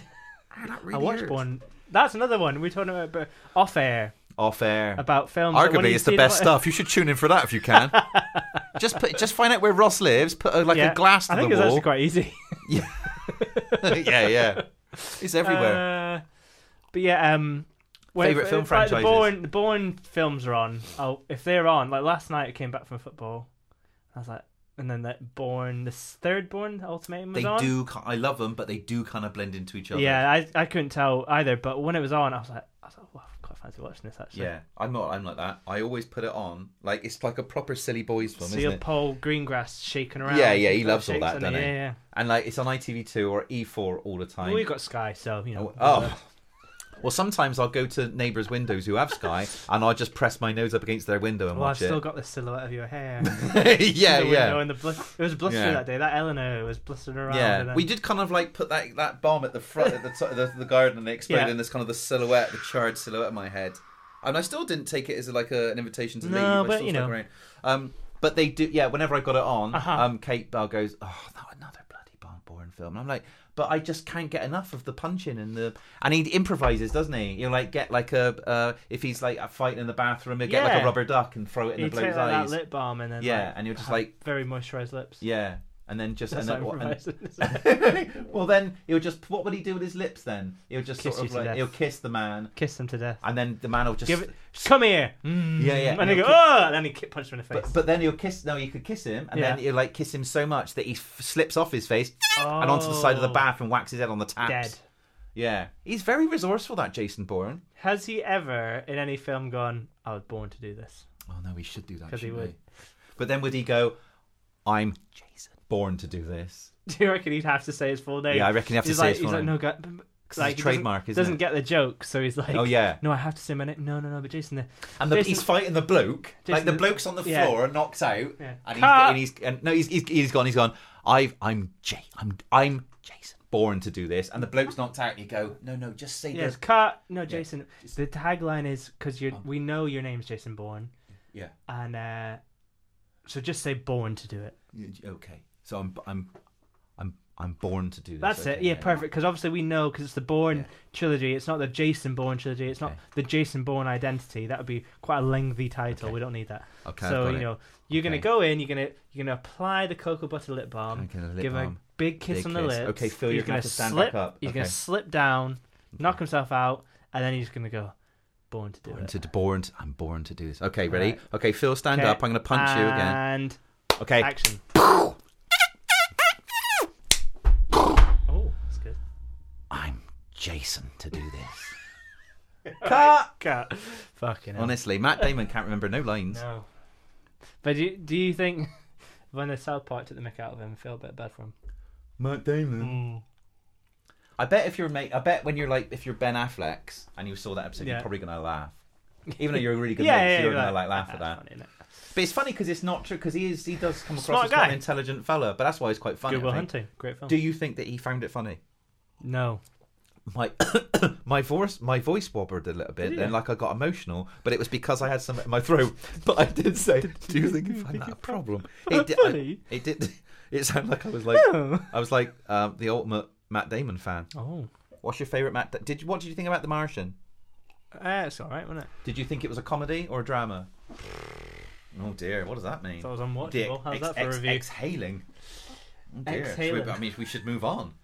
Ah, that
I
really
watched
hurts.
one. That's another one we talked about but off air
Off air.
about films. that when
Arguably,
you
it's the
see
best
them-
stuff. You should tune in for that if you can. just put, just find out where Ross lives. Put a, like
Yeah,
a glass to
I think
the
it's
wall.
actually quite easy.
yeah, yeah. It's everywhere.
Uh, but yeah, um, when-
Favourite
if-
film
if, like,
franchises?
The Bourne, the Bourne films are on. Oh, if they're on, like last night, I came back from football. I was like, and then that Bourne, the third Bourne, the Ultimatum was
they
on.
do. ki- I love them, but they do kind of blend into each other.
Yeah, I I couldn't tell either. But when it was on, I was like, I was like, wow, I quite fancy watching this actually.
yeah. I'm not. I'm like that. I always put it on. Like it's like a proper silly boys film,
See
isn't
a
it?
pole greengrass shaking around.
Yeah, yeah, he
Shakes
loves all that,
on it.
doesn't he?
Yeah, yeah.
And like it's on ITV2 or E4 all the time.
Well, we've got Sky, so you know.
Oh, oh. Well, sometimes I'll go to neighbours' windows who have Sky, and I'll just press my nose up against their window and
Well, I've
watch
still got the silhouette of your hair.
it. yeah,
the
yeah.
window and the blis- it was blistery
Yeah.
that day. That Eleanor was blistering around. and
Yeah,
then-
we did kind of like put that that bomb at the front at the top of the, the garden and it exploded,
Yeah.
and there's kind of the silhouette, the charred silhouette of my head. And I still didn't take it as like a, an invitation to
No,
leave. I
but,
still
you
stuck
know.
around. Um, but they do. Yeah, whenever I got it on,
Uh-huh.
um, Kate Bell goes, "Oh, no, another bloody Bond boring film." And I'm like, but I just can't get enough of the punching and the and he improvises, doesn't he? He'll like get like a uh, if he's like fighting in the bathroom, he'll get like a
Yeah.
rubber duck and throw it in
you
the bloke's
take like, that
eyes.
lip balm and then
yeah,
like,
and you're just
have
like,
very moisturized lips.
yeah, and then just
That's
and then,
like
what- and,
improvising.
well, then he'll just. What would he do with his lips then? He'll just
Kiss you
sort of
to
like
death.
he'll kiss the man,
Kiss them to death.
and then the man will just.
Give it. Come here.
Mm. Yeah, yeah.
And, they
he'll
go.
ki-
Oh, and then he ki- punch him in the face.
but, but then he'll kiss. No, you could kiss him, and then
Yeah.
he'll like kiss him so much that he f- slips off his face and onto the side of the
Oh.
bath and whacks his head on the taps.
Dead.
Yeah, he's very resourceful. That Jason Bourne.
Has he ever in any film gone? I was born to do this.
Oh no, we should do that.
'Cause he
shouldn't
would.
we? But then would he go? I'm Jason Bourne to do this.
Do you reckon he'd have to say his full name?
Yeah, I reckon you have to
he's
say Oh,
like,
his
he's
full
like,
name.
no, God, b-
It's
like,
his
he
trademark,
doesn't,
isn't
doesn't
it?
get the joke, so he's like,
Oh, yeah.
no, I have to say my name. No, no, no, but Jason, the,
And the,
Jason-
he's fighting the bloke. like
Jason-
the bloke's on the
yeah.
floor, knocked out,
Yeah.
and, he's,
Cut.
and he's and no, he's, he's he's gone. He's gone. I've I'm Jay. I'm I'm Jason. Born to do this, and the bloke's knocked out. You go, no, no, just say
yes,
this.
cut. No, Jason. The tagline is because you are
Oh.
we know your name's Jason Bourne,
Yeah.
and uh, so just say Bourne to do it.
Y- Okay. So I'm I'm I'm I'm born to do this.
That's it.
Okay,
Yeah, perfect. 'Cause perfect. Because obviously we know because it's the Bourne
Yeah.
trilogy. It's not the Jason Bourne trilogy. It's
Okay.
not the Jason Bourne identity. That would be quite a lengthy title. We don't need that.
Okay, I've
so
got
you
it.
know you're gonna
Okay.
go in. You're gonna you're gonna apply the cocoa butter lip balm.
Okay, the lip
give him
balm.
a big kiss
Big
on the
kiss.
lips.
Okay, Phil, you're
he's
gonna have to stand
slip,
back up.
He's gonna
Okay.
slip down, knock himself out, and then he's gonna go Born to do
Born
it.
to born. To, I'm born to do this. Okay, ready?
Right.
Okay, Phil, stand
Okay, Uh,
up. I'm going to punch you again.
And
Okay.
action. oh, that's good.
I'm Jason to do this. Cut.
Cat. Fucking hell.
Honestly, Matt Damon can't remember no lines.
No. But do, do you think when the South Park took the mick out of him, I feel a bit bad for him? Mm.
Matt Damon. Mm. I bet if you're mate, I bet when you're like if you're Ben Affleck's and you saw that episode, you're
Yeah.
probably gonna laugh, even though you're a really good
yeah,
mate,
yeah,
you're
yeah,
gonna
like,
like laugh at
"Ah,
that.
funny, innit?"
But it's funny because it's not true because he is he does come across
Smart
as quite an
guy.
intelligent fella, but that's why he's quite funny. I
Goodwill
think.
Hunting, great film.
Do you think that he found it funny?
no,
My my voice my voice wobbled a little bit,
Did
and
you?
like I got emotional, but it was because I had some in my throat. But I did say, "Do you think you find that a problem?" It did. I,
Funny?
it did. It sounded like I was like
No.
I was like um, the ultimate Matt Damon fan.
Oh,
What's your favorite Matt? Da- Did you, what did you think about The Martian?
uh, it's all right, wasn't it?
Did you think it was a comedy or a drama? Oh dear, what does that mean?
So it was unwatchable.
Dick,
How's
ex-
that for
ex-
a review?
Exhaling. Oh dear. Should we-
Exhaling.
I mean, we should move on.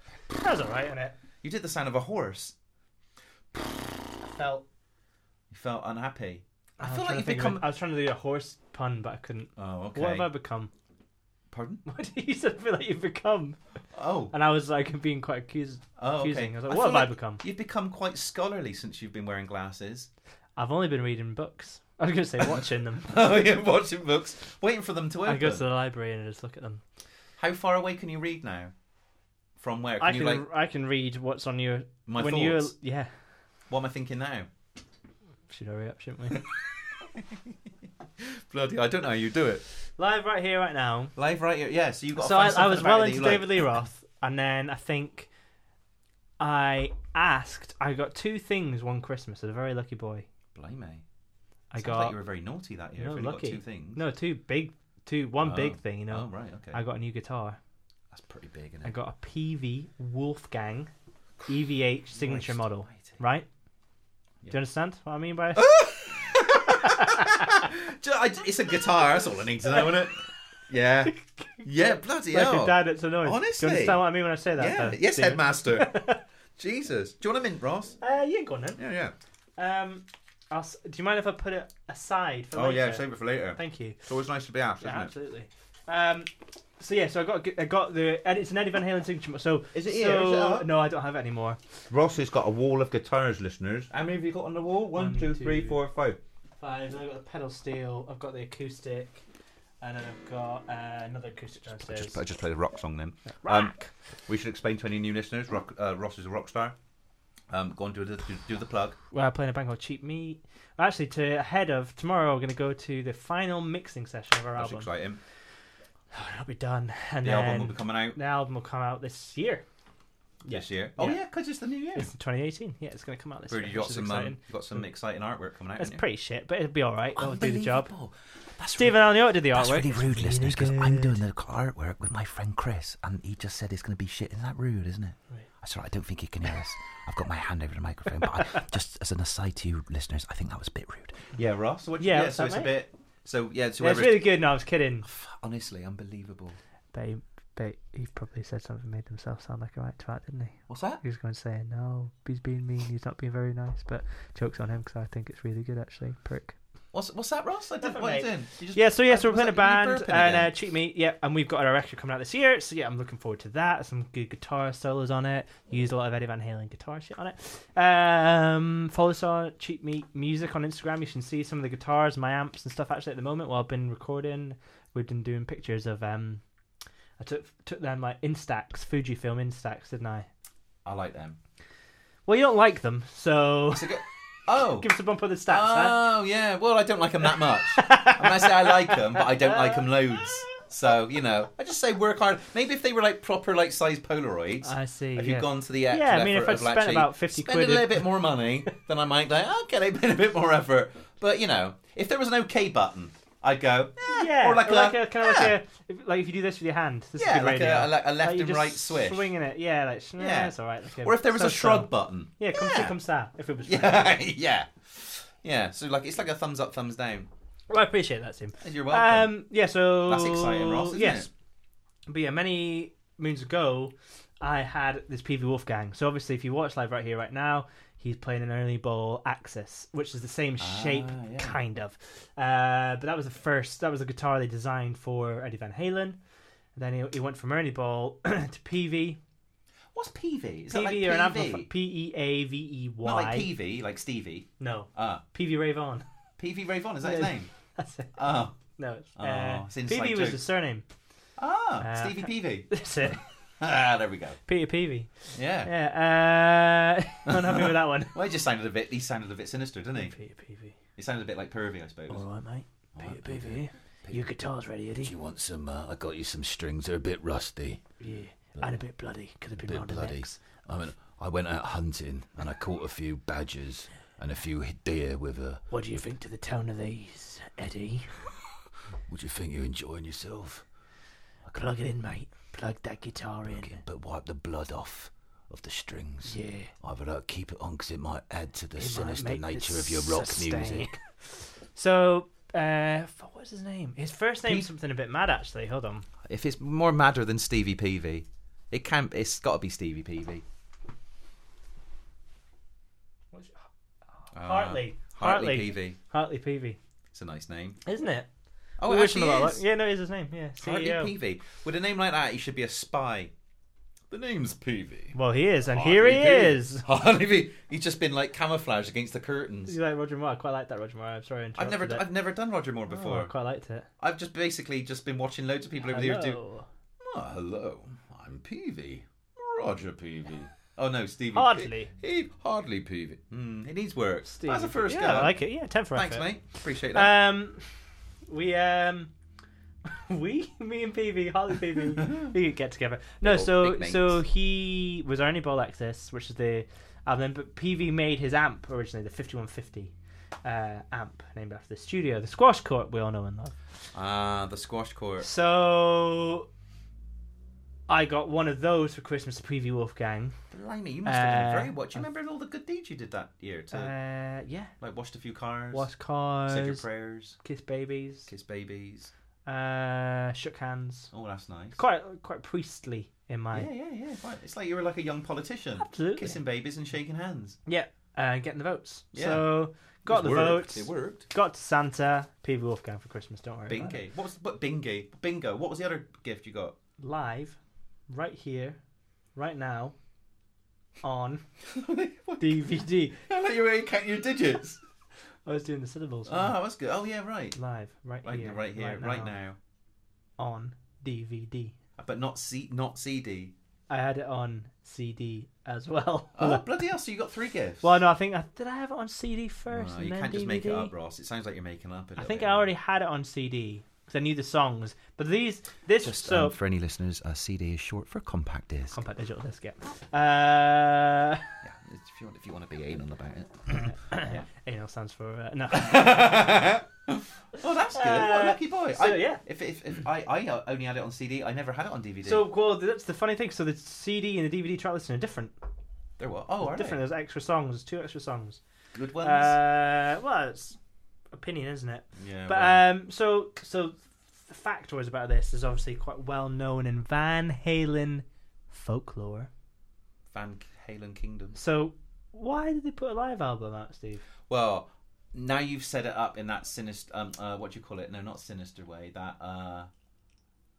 That was all right, wasn't it?
You did the sound of a horse.
felt.
You felt unhappy. I,
was trying
feel like
to
you've
think of
become.
it. I was trying to do a horse pun, but I couldn't.
Oh, okay.
What have I become?
Pardon?
What do you said? I feel like you've become,
Oh,
and I was like being quite accused.
oh, okay.
accusing. I was like, what
feel
have I become?
You've become quite scholarly since you've been wearing glasses.
I've only been reading books. I was going to say watching them.
oh, yeah, watching books, waiting for them to open.
I go to the library and I just look at them.
How far away can you read now? From where? Can
I
you
can
like
I can read what's on your
my
when
thoughts?
you're yeah.
What am I thinking now?
Should hurry up, shouldn't we?
Bloody, I don't know how you do it.
Live right here, right now.
Live right here. Yeah, so you got.
so
to
I,
find
I was
something
well
about it that
into
you like.
David Lee Roth, and then I think I asked. I got two things one Christmas. I was a very lucky boy.
Blame me.
I
Sounds
got
like you were very naughty that year.
No,
if you only
lucky.
got two things.
no two big, two one
Oh.
big thing. You
Oh
know,
right, okay.
I got a new guitar.
That's pretty big. Isn't
I
it?
got a PV Wolfgang EVH signature
Christ
model.
almighty.
Right? Do
Yeah. Oh,
you understand what I mean by?
Ju- I- It's a guitar. That's all I need to know, isn't it? Yeah. Yeah. Bloody
like
hell.
a dad at annoyed. Do
Honestly.
you understand what I mean when I say that?
yeah.
though,
yes,
Stephen?
headmaster. Jesus. Do you want a mint, Ross?
Uh, yeah, go on then.
Yeah, yeah.
Um, I'll, s- do you mind if I put it aside for
Oh
later?
yeah, save it for later.
Thank you.
It's always nice to be asked,
Yeah,
isn't it?
absolutely. Um, so yeah, so I got I got the and it's an Eddie Van Halen signature. mo- So
Is
so,
it here? Is it up?
no, I don't have it anymore.
Ross has got a wall of guitars, listeners. How many have you got on the wall?
One,
One, two,
two.
three, four, five.
Five. And I've got the pedal steel. I've got the acoustic, and then I've got uh, another acoustic
I
downstairs.
just, I just played a rock song then. Um,
Rock.
we should explain to any new listeners. Rock, uh, Ross is a rock star. Um, go on, do the, do, do the plug.
Well, I'm playing a band called Cheap Meat. Actually, to ahead of tomorrow, we're going to go to the final mixing session of our
That's
album.
exciting.
It'll be done, and
The
then
album will be coming out
the album will come out this year.
this year.
Yeah.
Oh yeah, because it's the new year.
It's 2018. Yeah, it's going to come out this
Brody,
year.
you
which
got
is
some um,
exciting.
you got some exciting artwork coming out.
It's
haven't you?
pretty shit, but it'll be all right. It'll do the job.
Unbelievable. That's
Stephen Alniot did the artwork.
That's really rude,
It's
listeners, because I'm
good.
doing the artwork with my friend Chris, and he just said it's going to be shit. Isn't that rude, isn't it?
Right.
That's all right. I don't think he can hear us. I've got my hand over the microphone, but I, just as an aside to you, listeners, I think that was a bit rude. Yeah, Ross. What
you- Yeah, what's
so
that,
it's a
mate?
bit. So yeah, so
Yeah, it's
whoever.
really good. No, I was kidding.
Honestly, unbelievable.
But he, but he probably said something that made himself sound like a right twat, didn't he?
What's that?
He was going to say, no, he's being mean, he's not being very nice. But jokes on him because I think it's really good actually. Prick.
What's what's that, Ross? I didn't.
Nothing,
What are you
mate.
doing? You just-
Yeah, so yes,
uh,
we're playing a
was that you
band
burping
and uh,
again?
Cheat Me. Yeah, and we've got our record coming out this year. So yeah, I'm looking forward to that. Some good guitar solos on it. Used a lot of Eddie Van Halen guitar shit on it. Um, follow us on Cheat Me Music on Instagram. You can see some of the guitars, my amps and stuff. Actually, at the moment, while I've been recording, we've been doing pictures of. Um, I took took them like Instax, Fujifilm Instax, didn't I?
I like them.
Well, you don't like them, so
It's a good- Oh.
give us a bump of the stats. huh?
Oh yeah, well I don't like them that much. I mean, I say I like them, but I don't like them loads. So you know, I just say work hard. Maybe if they were like proper like size Polaroids,
I see.
if
yeah.
you've gone to the extra
Yeah, I mean, if
effort
I'd
of
spent
actually
about 50
spend
quid,
a little
it-
bit more money, then I might like okay, I put a bit more effort. But you know, if there was an OK button, I'd go eh,
Yeah,
or like,
kind
a,
of
yeah.
like a if, like if you do this with your hand, this is
Yeah,
good
like a-
radio.
a le- a left
Like, you're
and
just
right swish.
swinging it. Yeah, like yeah,
Yeah.
it's all right. Like
or if there was a
so-so.
shrug button.
Yeah, come see,
Yeah.
come sat. If it was, yeah.
Yeah, yeah, yeah. So like it's like a thumbs up, thumbs down.
well, I appreciate that, Tim.
You're welcome.
Um, yeah, so
That's exciting, Ross. Isn't
yes,
it?
but yeah, many moons ago, I had this PV Wolfgang. So obviously, if you watch live right here, right now, he's playing an early bowl axis, which is the same shape,
Ah, yeah.
kind of. Uh, but that was the first. That was a guitar they designed for Eddie Van Halen. Then he, he went from Ernie Ball to PV.
What's PV?
PV
Is that like
or an
PV?
amplifier. P E A V E
Not like
Y.
PV, like Stevie.
No,
Ah,
PV Ray Vaughan.
PV Ray Vaughan, is that his
Yeah.
name?
That's it.
Oh,
No, it's,
Oh,
uh,
it's inside
PV was
joke.
the surname.
ah,
Uh,
Stevie PV.
That's it.
ah, there we go.
Peter PV.
Yeah.
Yeah, uh, not happy with that one.
Well, he just sounded a bit. He sounded a bit sinister, didn't he?
Peter PV.
He sounded a bit like pervy, I suppose.
All right, mate. Peter
right,
PV. Your guitar's ready, Eddie.
You want some? Uh, I got you some strings. They're a bit rusty,
Yeah, and a bit bloody. Could have been
a bit
round the
bloody.
necks.
I mean, I went out hunting and I caught a few badgers and a few deer with a.
What do you think to the tone of these, Eddie?
Would you think you're enjoying yourself?
Plug it in, mate. Plug that guitar in.
But wipe the blood off of the strings.
Yeah.
I'd rather keep it on because it might add to the
It might
sinister
make the
nature of your rock
sustain.
music.
So, uh, f- what was his name? His first name's something a bit mad, actually. Hold on.
If it's more madder than Stevie PV, it can't. It's got to be Stevie PV.
What's Hartley.
Uh, Ah, Hartley
Hartley.
PV.
Hartley Peavy,
It's a nice name.
isn't it?
Oh,
We
it
wish him
actually
a lot of
is. E
luck. Yeah, no, it is his name. Yeah, E
Hartley
CEO.
Peavy. With a name like that, he should be a spy. The name's Peavy.
Well, he is, and here he
Hartley Peavy.
is.
Hartley Peavy. He's just been like camouflaged against the curtains.
You like Roger Moore? I quite like that Roger Moore. I'm sorry, I
I've never,
interrupted it.
I've never done Roger Moore
Oh, I
before.
quite liked it.
I've just basically just been watching loads of people over the years do.
Hello.
Oh, hello, I'm Peavy, Roger Peavy. Oh no, Stevie.
Hardly.
He, he- hardly Peavy. Hmm, it needs work.
Steve.
That's a first
yeah,
go.
I like it. Yeah, ten for
Thanks,
effort.
mate. Appreciate that.
Um, we um, we me and PV Harley PV we get together. No,
Big ol'
so
big mates.
so he was Ernie Bolexis, which is the album. But PV made his amp originally, the fifty one fifty uh amp named after the studio the squash court we all know and love
Ah, the squash court.
so i got one of those for christmas to preview wolfgang
Blimey, you must
Uh,
have been very what. Do you remember all the good deeds you did that year? To
uh yeah
like washed a few cars,
wash
said your
cars
prayers,
kiss babies
kissed babies.
uh shook hands
Oh, that's nice.
quite quite priestly in my
Yeah, yeah, yeah. Quite. It's like you were like a young politician,
Absolutely.
kissing babies and shaking hands.
Yeah, and getting the votes.
Yeah.
So got the
It worked.
votes.
It worked.
Got to Santa. PV Wolfgang for Christmas. Don't worry. about it.
Bingo. What was what bingo? Bingo. What was the other gift you got?
Live, right here, right now, on DVD.
I like you were counting your digits.
I was doing the syllables.
Ah, that's good. Oh yeah, right.
Live, right,
Right,
here,
right here, right now. Uh,
on DVD.
But not C, not CD.
I had it on CD as well.
Oh bloody hell! So you got three gifts.
well, no, I think I, did. I have it on CD first.
No,
and
you
then
can't just make it
DVD?
up, Ross. It sounds like you're making up.
I
a little
think
bit.
I already had it on CD because I knew the songs. But these, this
Just
so
um, for any listeners, a CD is short for compact disc.
compact digital disc. Yeah. Uh,
yeah, if you want, if you want to be anal about it.
Anal stands for uh, no.
Oh, that's good. What a
Uh,
lucky boy.
so,
I,
yeah.
If, if, if I, I only had it on CD, I never had it on DVD.
so well, that's the funny thing. So the CD and the DVD track listing are different.
there were. Oh, are
different.
they?
There's extra songs. There's two extra songs.
Good ones.
Uh, well, it's opinion, isn't it?
yeah.
But
Oh, well,
um, so so the factoids about this is obviously quite well known in Van Halen folklore.
Van Halen Kingdom.
So why did they put a live album out, Steve?
Well, now you've set it up in that sinister. Um, uh, what do you call it? No, not sinister way. That uh,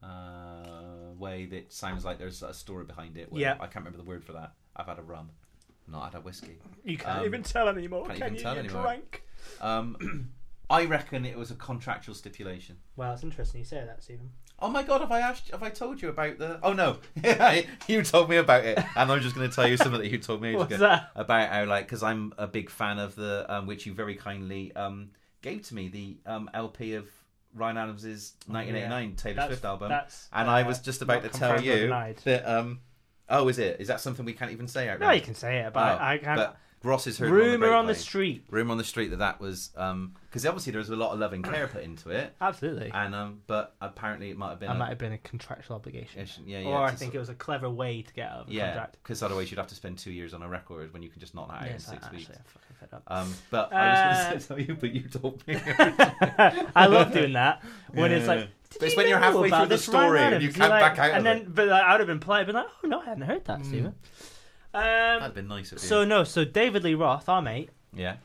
uh, way that sounds like there's a story behind it. Where
Yeah.
I can't remember the word for that. I've had a rum, not had a whiskey.
You can't
Um,
even tell anymore.
can't
can
even
you?
tell
You're
anymore.
drunk.
Um, I reckon it was a contractual stipulation.
Well, it's interesting you say that, Stephen.
Oh my god, have I asked? Have I told you about the? Oh no, you told me about it, and I'm just going to tell you something that you told me ages
What's
ago.
that?
about how like because I'm a big fan of the um, which you very kindly um, gave to me the um, LP of Ryan Adams's 1989 Taylor
Oh, That's-
Swift album,
that's,
and
uh,
I was just about to
not
tell
confirmed or
you
denied.
that um, oh is it is that something we can't even say out
No, you can say it, but I, I can't.
Oh, but Ross has heard
rumor on the street.
street rumor on the street that that was because obviously there was a lot of love and care put into it,
Absolutely.
and um, but apparently it might have been
That
a-
might have been a contractual obligation.
yeah, yeah,
or I
to
think
sort-
it was a clever way to get out of a
yeah,
contract.
because otherwise you'd have to spend two years on a record when you can just knock that out
Yeah,
in
it's
six
like,
weeks.
actually, I'm fucking fed up.
Um, but I
Uh,
was going to tell you, but you told me.
I love doing that when it's like. "Did
But it's
you
when you're
know
halfway
about
through the
this Ryan
story and
Adams?"
you
You're
can't
like-
back out
And
of
then,
it. Mm.
but like, I would have been polite, but like, oh no, I hadn't heard that, Stephen. Um,
That'd been nice of you.
so no, so David Lee Roth, our mate,
yeah,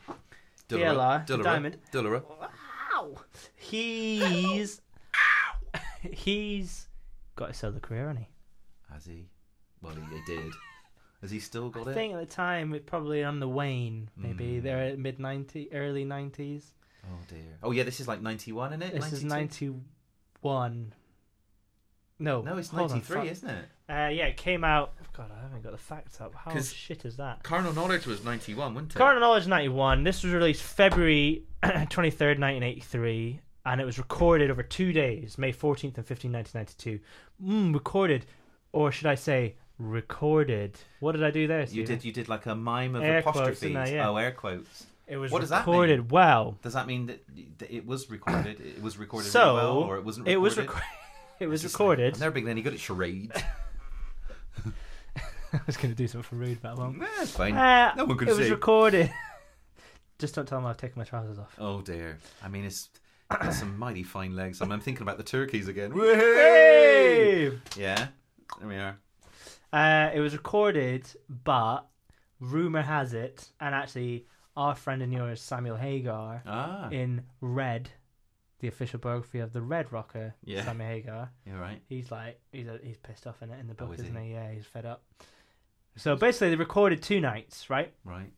DLR,
Dullera,
Diamond.
Dullera.
Ow. he's he's got his solo career, hasn't he?
Has he? Well, he, he did. Has he still got
I
it? Mm.
think at the time it probably on the wane, maybe there at mid 90s, early nineties.
Oh dear. Oh yeah, this is like ninety-one, isn't it?
This is
92?
ninety one. No,
No, it's
hold on,
ninety-three,
fuck.
isn't it?
Uh, yeah, it came out. God, I haven't got the facts up. How
'Cause-
shit is that?
Carnal knowledge was ninety-one, wasn't it?
Current Knowledge 91. This was released February 23rd, 1983, and it was recorded over two days, May 14th and 15th, 1992. Mm, recorded, or should I say, recorded. What did I do there?
you
Stephen?
did. You did like a mime of
Air quotes,
apostrophes.
didn't I? Yeah.
Oh, air quotes.
It was
What does that mean?
recorded well.
Does that mean that that it was recorded? It was recorded
So
really well, or it wasn't? Recorded?
it was recorded. It was recorded.
I've never been any good at charades.
I was going to do something rude, but I won't.
Nah, it's fine.
Uh,
no one could
it was
see.
recorded. Just don't tell them I've taken my trousers off.
Oh dear. I mean, it's got some mighty fine legs. I'm, I'm thinking about the turkeys again.
Hey!
Yeah, there we are.
Uh, it was recorded, but rumor has it, and actually our friend and yours Samuel Hagar
Ah,
in Red, the official biography of the Red Rocker
Yeah.
Samuel Hagar.
you're right.
He's like he's a, he's pissed off in it in the book,
Oh, is
is not
he?
he? Yeah, he's fed up. So basically, they recorded two nights, right?
Right.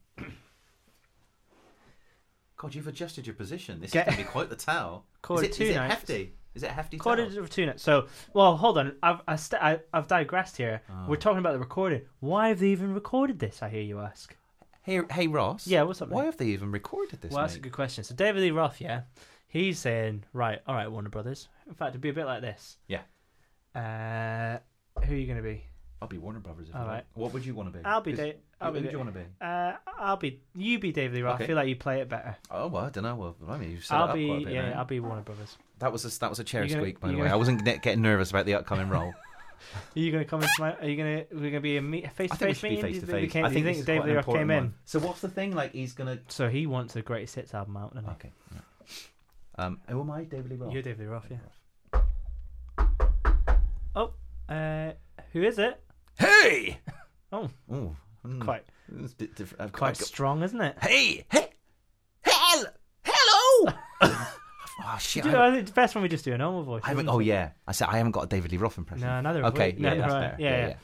God, you've adjusted your position. This
Get-
is going to be quite the towel. Is
Quarter
it,
two
is it
nights.
hefty? Is it a hefty
Recorded
towel?
over two nights. So, well, hold on. I've I st- I, I've digressed here.
Oh.
We're talking about the recording. Why have they even recorded this? I hear you ask.
Hey, hey, Ross.
Yeah, what's up,
Why
mate?
have they even recorded this?
Well, that's a
mate?
good question. So David Lee Roth, yeah, he's saying, right, all right, Warner Brothers. In fact, it'd be a bit like this.
Yeah.
Uh, who are you going to be?
I'll be Warner Brothers if
All
you
right.
like. What would you want to be?
I'll be
'Cause
Da- I'll
who,
be
who
Da-
do you want to be?
Uh, I'll be you. Be David Lee Roth.
Okay.
I feel like you play it better.
Oh, well, I don't know. Well, I mean, you've set it
I'll
up quite
be
a bit
yeah.
now.
I'll be Warner Brothers.
That was a, that was a chair
You gonna-
squeak, by
you
the way.
gonna-
I wasn't get- getting nervous about the upcoming role.
Are you going to come into my? Are you going to? We're going to be a meet, face
I
to
think we
face
should be
meeting. Do
face
you
to
think we
face.
came-
I
do you
think this is
think David
quite
Lee
an
Roth
important
came
one.
in?
So what's the thing? Like he's gonna.
So he wants a greatest hits album out, doesn't he?
Okay. Um, who am I, David Lee Roth?
You're David Lee Roth, yeah. Oh, uh, who is it?
Hey!
Oh,
Ooh, mm,
quite
it's a bit different. I've
quite
got-
strong, isn't it?
Hey! Hey! Hell! Hello!
Oh shit!
Do
I
you know,
haven't-
I think it's best when we just do a normal voice.
I haven't.
isn't
Oh
it?
yeah, I said I haven't got a David Lee Roth impression.
No, neither have
Okay,
we.
yeah,
Neither
that's
have I.
fair.
Yeah,
Yeah,
yeah.
yeah.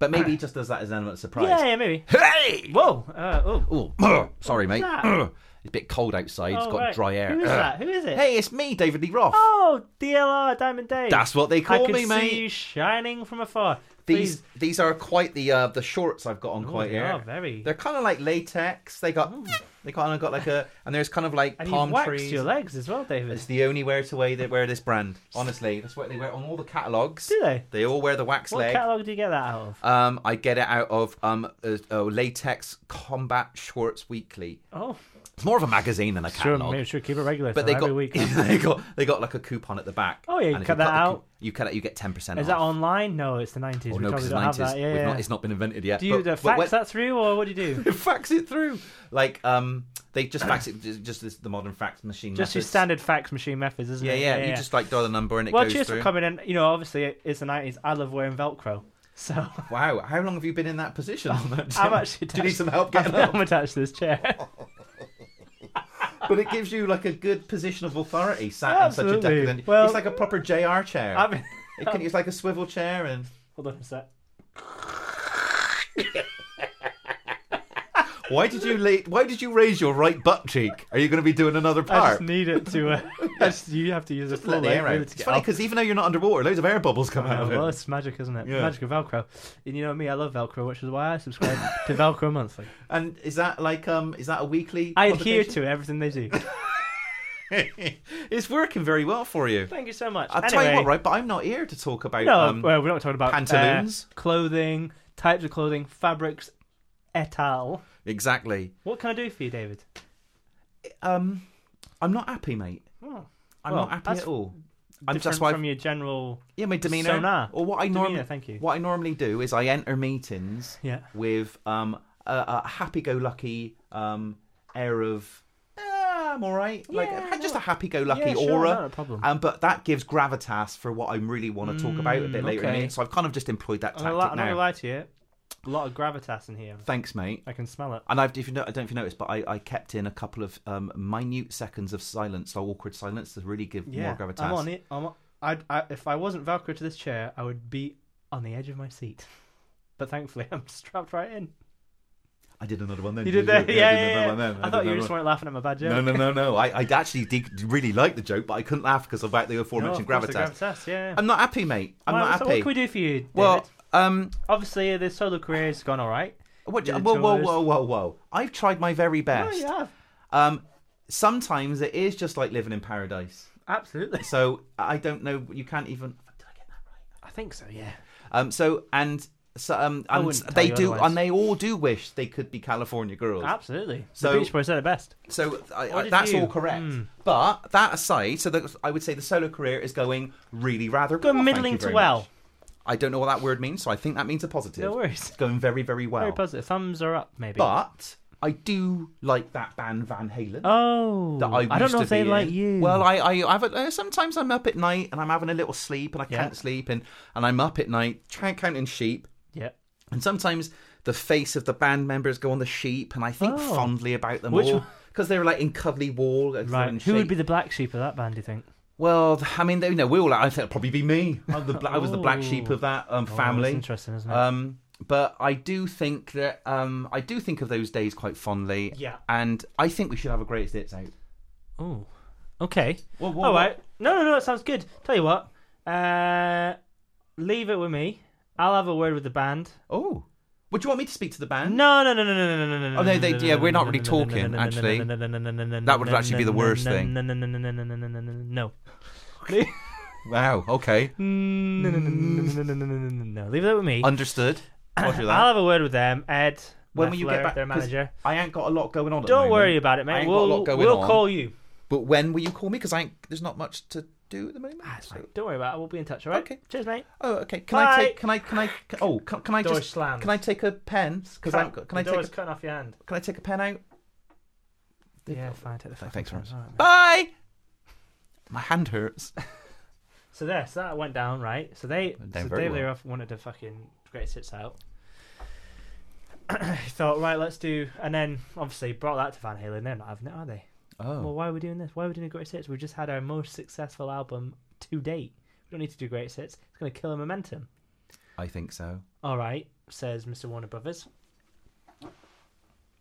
But maybe he just does that as an element of surprise.
Yeah, yeah, maybe.
Hey!
Whoa! Uh, oh,
Oh, sorry, mate.
that?
it's a bit cold outside. it's
Oh,
got
right.
dry air.
Who is that? Who is it?
Hey, it's me, David Lee Roth.
Oh, DLR Diamond Dave.
That's what they
I
call
could
me,
see
mate.
you shining from afar.
These
Please. Oh,
these are quite the uh, the shorts I've got on quite
they
here.
are very-
They're kind of like latex. They got they kind of got like a and there's kind of like
And
palm
you've waxed
trees.
your legs as well, David.
It's the only wear to way they wear this brand. Honestly, that's what they wear on all the catalogs.
Do they?
They all wear the wax
What
leg.
catalogue do you get that out of?
Um, I get it out of um uh, uh, Latex Combat Shorts Weekly.
Oh,
It's more of a magazine than a catalog.
sure keep it regular.
But they got they got they got like a coupon at the back.
Oh, yeah, you
And if
cut that
the
out.
coup- you cut it. You get ten percent.
Is that online? No, it's the nineties.
Oh
we
no, because
probably
it's
don't have
nineties.
that. Yeah, yeah.
It's not been invented yet.
do you
But-
the
but
fax
when-
that through, or what do you do?
fax it through. Like um, they just fax it just, just this, the modern fax machine.
Just your
methods.
standard fax machine methods, isn't
Yeah,
it?
yeah. You just like dial the number and it
well,
goes
cheers
through.
for coming in. You know, obviously it's the nineties. I love wearing Velcro, so
Wow, how long have you been in that position? on that
I'm actually.
Do you need
attached-
some help getting
I'm
up?
attached to this chair.
But it gives you like a good position of authority sat on such a
Absolutely.
decadent.
Well-
it's like a proper JR chair.
I mean,
It can- it's like a swivel chair and
hold on a sec.
why did you la- why did you raise your right butt cheek? Are you going to be doing another
I
part?
just need it to. Uh, I just, you have to use a full
Let the
leg
air out.
really to
It's
get
funny
up.
because even though you're not underwater, loads of air bubbles come out
Oh,
of
well,
it.
it's magic, isn't it?
Yeah.
Magic of Velcro. And you know me, I love Velcro, which is why I subscribe to Velcro Monthly.
And is that like um is that a weekly?
I adhere to everything they do.
publication? it's working very well for you.
Thank you so much.
I'll
anyway,
tell you what, right? But I'm not here to talk about.
No,
um,
well, we're not talking about uh,
pantaloons?
clothing, types of clothing, fabrics, et al.
exactly.
What can I do for you, David?
Um, I'm not happy, mate.
Oh,
I'm
Well,
not happy
that's
at all. I'm
Different
just why.
from your general.
Yeah, my demeanor.
Sonar.
Or what I
Demeanor,
normally.
thank you.
What I normally do is I enter meetings.
Yeah.
With um a, a happy-go-lucky um air of. "Ah, I'm all right. Like
Yeah,
ha- just
no.
a happy-go-lucky
Yeah, sure,
aura.
not a problem.
Um, but that gives gravitas for what I really want to talk about a bit later. in the
Mm, okay.
meeting. So I've kind of just employed that
I'm,
tactic
not
now.
gonna lie to you. A lot of gravitas in here.
Thanks, mate.
I can smell it.
And I've, if you know, I don't know if you noticed, but I, I kept in a couple of um, minute seconds of silence, like awkward silence, to really give
Yeah,
more gravitas.
I'm on it. I'm on, I, I, if I wasn't Velcro to this chair, I would be on the edge of my seat. But thankfully, I'm strapped right in.
I did another one then.
You did that? Yeah, yeah,
I did
yeah.
another one then.
I thought
did
you
another
just
one.
weren't laughing at my bad joke.
No, no, no, no. I, I actually did really like the joke, but I couldn't laugh because of about the
No, of
aforementioned
course, the
gravitas.
gravitas. Yeah.
I'm not happy, mate. I'm
Why-
not
so
happy.
What can we do for you, David?
well, um,
obviously the solo career's gone all right.
what,
You're
whoa,
the
whoa,
tourist.
whoa, whoa, whoa! I've tried my very
Oh,
best.
you have
Um, sometimes it is just like living in paradise.
absolutely.
So I don't know. You can't even.
I think so. Yeah.
Um, so and so um, and
wouldn't tell
they
you
do,
otherwise.
and they all do wish they could be California girls.
Absolutely. the
So-
Beach Boys said it best.
So I,
What
I,
did
that's
you- Hmm.
all correct. But that aside, so the, I would say the solo career is going really rather
Good
well, thank
middling
you
to
very
well.
much. I don't know what that word means, so I think that means a positive.
No worries.
It's going very very well.
Very positive. Thumbs are up, maybe.
but I do like that band Van Halen.
oh,
That I, used
don't know
to
if they
be
like
in.
you.
Well, I, I, I've, uh, sometimes I'm up at night and I'm having a little sleep and I
Yeah.
can't sleep and, and I'm up at night count- counting sheep
yeah.
and sometimes the face of the band members go on the sheep, and I think
Oh.
fondly about them
Which
all
one-
because they were like in cuddly wool.
Right. Who would be the black sheep of that band? Do you think? Oh,
Well, th- I mean, you know, we all. I think it'd probably be me. I'm the bla- I was the black sheep
Ooh.
of that um,
Oh,
family.
that's interesting, isn't it?
Um, but I do think that um, I do think of those days quite fondly.
Yeah.
And I think we should have a greatest hits out.
oh. Okay.
Well,
All right. No, no, no. That sounds good. Tell you what. Uh, leave it with me. I'll have a word with the band.
Oh, would you want me to speak to the band?
No, no, no, no, no, no, no, no, no.
Oh, no, they-
no,
yeah,
no,
we're
no,
not
no,
really
no,
talking,
no, no, no,
actually.
no, no, no, no, no,
That would
no,
actually be the
no,
worst
no,
thing.
No, no, no, no, no, no, no, no, no, no, no.
Wow. Okay. Hmm.
No, no, no, no, no, no, no, no, no, no, no. Leave that with me.
Understood. Roger that.
I'll have a word with them. Ed,
When will you
Leffler,
get back?
Their
'Cause
manager.
I ain't got a lot going on. At the
Don't
moment.
worry about it,
I
mate.
ain't got a
We'll
lot going
we'll
on.
call you.
But when will you call me? Because I ain't, there's not much to do at the moment.
Ah, it's
So-
fine. Don't worry about it. We'll be in touch. All right.
Okay.
Cheers, mate.
Oh, okay. Can
Bye.
I take? Can I? Can I? Can, oh, can, can I
Door
just?
slammed.
Can I take a pen? Because I'm. Can I
the
take?
door's
A,
cutting off your hand.
can I take a pen out?
Yeah, fine. Take the fucking
Thanks very
pen.
much.
All right, mate.
Bye. My hand hurts.
So there, so that went down, right? So they,
Went down
so
very
Dave
well.
Leroff wanted to fucking greatest hits out. he thought, right, let's do, and then obviously brought that to Van Halen. They're not having it, are they?
Oh.
Well, why are we doing this? Why are we doing a greatest hits? We just had our most successful album to date. We don't need to do greatest hits. It's going to kill our momentum.
I think so.
All right, says Mr. Warner Brothers.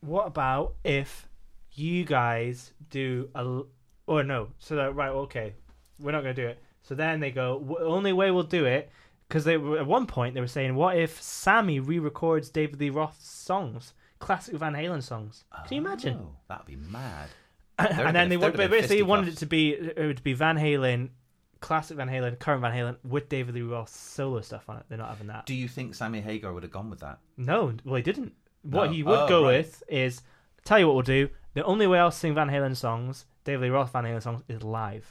What about if you guys do a. l- Or no, so that, right, okay, we're not going to do it. So then they go, "W- only way we'll do it, because they were- at one point they were saying, what if Sammy re records David Lee Roth's songs, classic Van Halen songs? Can you imagine?
Oh, that'd be mad.
and then they
would
want, but basically wanted it to be it would be Van Halen, classic Van Halen, current Van Halen with David Lee Roth's solo stuff on it. They're not having that.
Do you think Sammy Hagar would have gone with that?
No, well, he didn't. What
No.
he would
Oh,
go
right.
with is tell you what we'll do. The only way I'll sing Van Halen songs, David Lee Roth Van Halen songs, is live,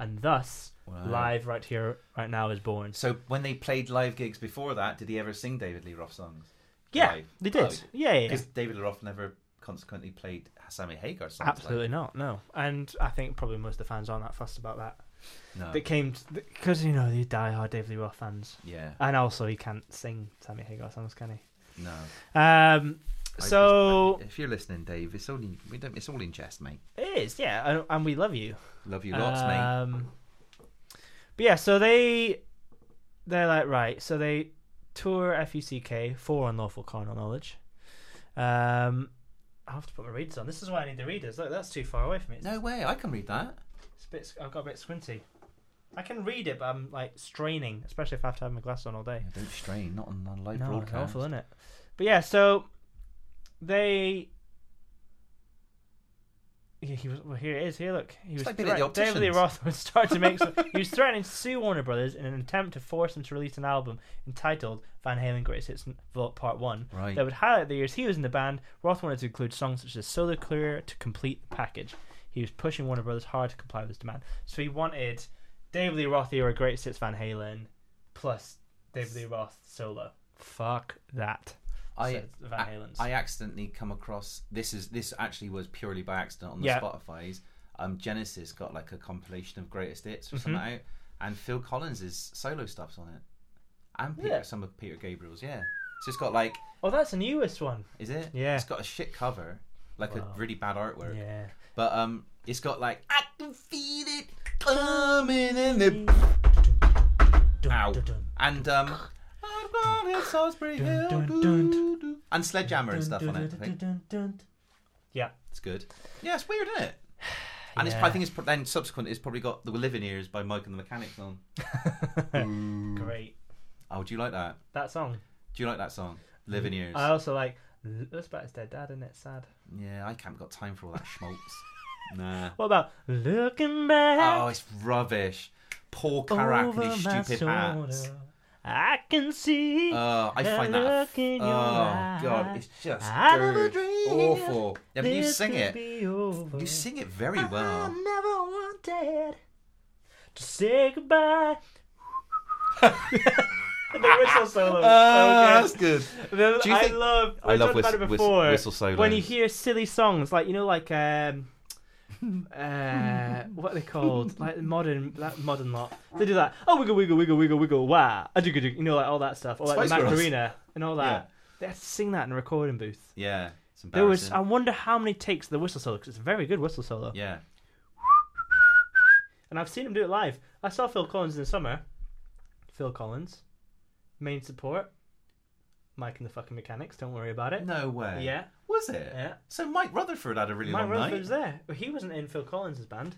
and thus live right here, right now is born.
So when they played live gigs before that, did he ever sing David Lee Roth songs?
yeah,
live?
they did.
Oh, he
yeah, yeah, yeah.
Because David Lee Roth never consequently played Sammy Hagar songs. like-
absolutely not. No, and I think probably most of the fans aren't that fussed about that.
no.
That came because you know the diehard David Lee Roth fans,
Yeah.
and also he can't sing Sammy Hagar songs, can he?
No.
Um,
I just-
so
if you're listening, Dave, it's all in, we don't. It's all in jest, mate.
it is, yeah, and, and we love you.
Love you lots, mate.
Um, But yeah, so they they're like right, so they tour FUCK for unlawful carnal knowledge. Um, I have to put my readers on. This is why I need the readers. Look, that's too far away from me. It's,
No way, I can read that.
it's a bit, I've got a bit squinty. I can read it, but I'm like straining, especially if I have to have my glasses on all day.
Don't strain, not on a live
No, it's
broadcast.
awful, isn't it? But yeah, so they. Yeah, he was. Well, here it is. Here, look. He was
like being at the
threat- David Lee
opticians.
Roth was starting to make. some- he was threatening to sue Warner Brothers in an attempt to force them to release an album entitled Van Halen Greatest Hits Vol- Part One.
Right.
That would highlight the years he was in the band. Roth wanted to include songs such as solo career to complete the package. He was pushing Warner Brothers hard to comply with his demand. So he wanted David Lee Roth era Greatest Hits Van Halen plus David Lee Roth solo. Fuck that.
I,
said Van
I-
Halen's.
I accidentally come across this is this actually was purely by accident on the
Yeah.
Spotify's. Um, Genesis got like a compilation of greatest hits
Mm-hmm.
or something out, and Phil Collins' solo stuff's on it, and Peter,
Yeah.
some of Peter Gabriel's. Yeah, it's just got like,
Oh, that's the newest one.
is it?
Yeah.
it's got a shit cover, like
Wow.
a really bad artwork.
Yeah.
But um, it's got like I can feel it coming in the ow, and um, I've got it Salisbury Hill,
Dun, dun, dun.
doo-doo. and Sledgehammer and stuff on it. I think
Yeah.
it's good. Yeah, it's weird, isn't it? And it's,
Yeah.
I think it's pro- then subsequent. It's probably got the Living Ears by Mike and the Mechanics on.
Great.
Oh, do you like that?
That song.
Do you like that song, Living Ears?
I also like. That's about his dead dad, isn't it? Sad.
yeah, I can't got time for all that schmaltz. nah.
What about looking back?
Oh, it's rubbish. Paul Carrack and his
Over my
stupid hats.
shoulder, I can see.
Oh, I
a
find that.
look in
oh
your eye.
God, it's just
I never
dirt.
dreamed
awful. Yeah, but you
this
sing
could
it.
be over.
You sing it very
I
well.
never wanted to say goodbye. the whistle solo. is so
Ah,
good.
that's good.
The-
Do you
I
think-
love.
I
I
love
talked about
whist-
it
whist-
before.
whistle solos.
When you hear silly songs, like you know, like um, uh, what are they called? Like modern, that modern lot. They do that. Oh, wiggle, wiggle, wiggle, wiggle, wiggle. Wow, a jig, a jig, you know, like all that stuff, or like
Spice
the
Girls.
Macarena and all that. They had to sing that in a recording booth.
Yeah. It's
There was.
embarrassing.
I wonder how many takes the whistle solo because it's a very good whistle solo.
Yeah.
And I've seen him do it live. I saw Phil Collins in the summer. Phil Collins, main support, Mike and the fucking Mechanics. Don't worry about it.
No way.
Yeah,
Was it?
Yeah.
So Mike Rutherford had a really
Mike
long
Rutherford
night.
was there, but he wasn't in Phil Collins' band.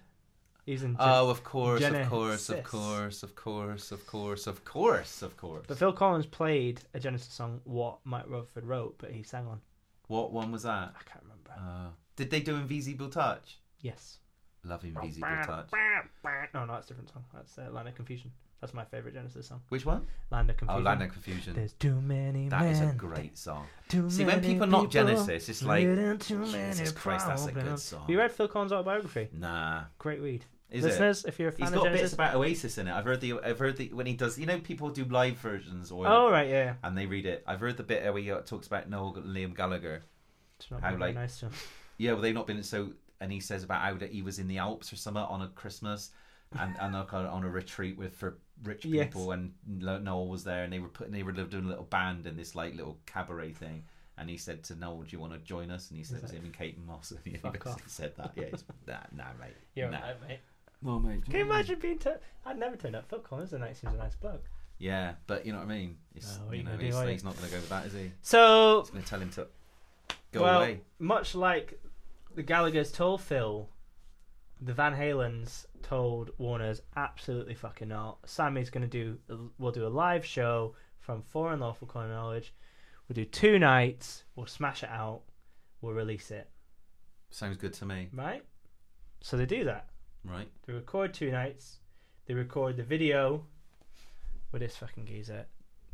He's in. Gen-
Oh, of course,
Genesis.
of course, of course, of course, of course, of course, of course.
But Phil Collins played a Genesis song, what Mike Rutherford wrote, but he sang on.
What one was that?
I can't remember.
Uh, did they do Invisible Touch?
yes.
Love Invisible Touch.
No, no, that's a different song. That's uh, Land of Confusion. That's my favorite Genesis song.
Which one?
Land of
Oh,
Confusion.
Land of Confusion.
There's too many
That is a
men,
great song.
too
See, when
many
people knock Genesis, it's like,
living too many
Jesus Christ, that's a good
problems.
song.
Have you read Phil Collins' autobiography?
Nah.
Great read.
Is it?
Listeners, if you're a fan
He's
of
got
Genesis.
bits about Oasis in it. I've heard the I've heard the when he does you know people do live versions or
Oh, right, yeah.
and they read it. I've heard the bit where he uh, talks about Noel Liam Gallagher.
It's not
How,
very
like-
nice to him.
Yeah, well they've not been so and he says about how that he was in the Alps or summer on a Christmas and and like on on a retreat with for rich
Yes.
people and Lo- Noel was there and they were putting they were doing a little band in this like little cabaret thing. And he said to Noel, "Do you want to join us?" And he said, "It was him and Kate Moss." And he
Fuck
basically
off.
said that. Yeah, it's, nah, nah, mate.
You're
nah.
right, mate.
Well, mate.
Can you imagine being turned? I'd never turned up. Phil Collins the night seems a nice bloke.
Yeah, but you know what I mean. It's,
No, Oh, what are
you
you
know,
gonna do,
he's,
are you?
he's not going to go with that, is he?
So,
It's going to tell him to go
well,
away.
much like the Gallagher's told Phil, the Van Halen's told Warner's absolutely fucking not. Sammy's going to do. We'll do a live show from Foreign Lawful Common Knowledge. We'll do two nights. We'll smash it out. We'll release it.
Sounds good to me,
Right. So they do that.
right?
They record two nights. They record the video with this fucking geezer.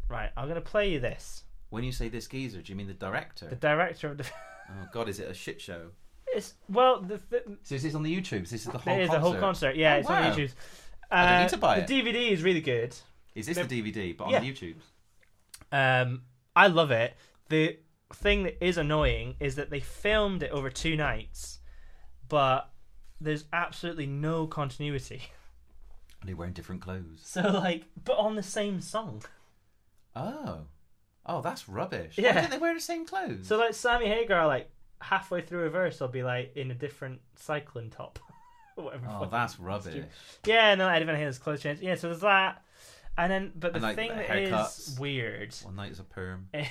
Right, I'm gonna play you this.
When you say this geezer, do you mean the director?
The director of the.
Oh God, is it a shit show?
It's well, the, the
So is this on the YouTube? This is the whole.
it is
concert?
a whole concert. Yeah,
Oh,
it's
wow.
on YouTube. Uh,
I don't need to buy it.
the DVD is really good.
Is this the DVD? But on
Yeah.
YouTube.
Um, I love it. The thing that is annoying is that they filmed it over two nights, but there's absolutely no continuity.
And they're wearing different clothes.
So like, but on the same song.
Oh, oh, that's rubbish. Why
Yeah.
didn't they wear the same clothes?
So like Sammy Hagar, like halfway through a verse, I'll be like in a different cycling top, or whatever.
oh,
fucking-
that's rubbish.
Yeah, and then like, Evan Hill's clothes change. Yeah, so there's that, and then but the
And, like,
thing
the
that is
haircuts.
weird
One night is a perm.
Eh.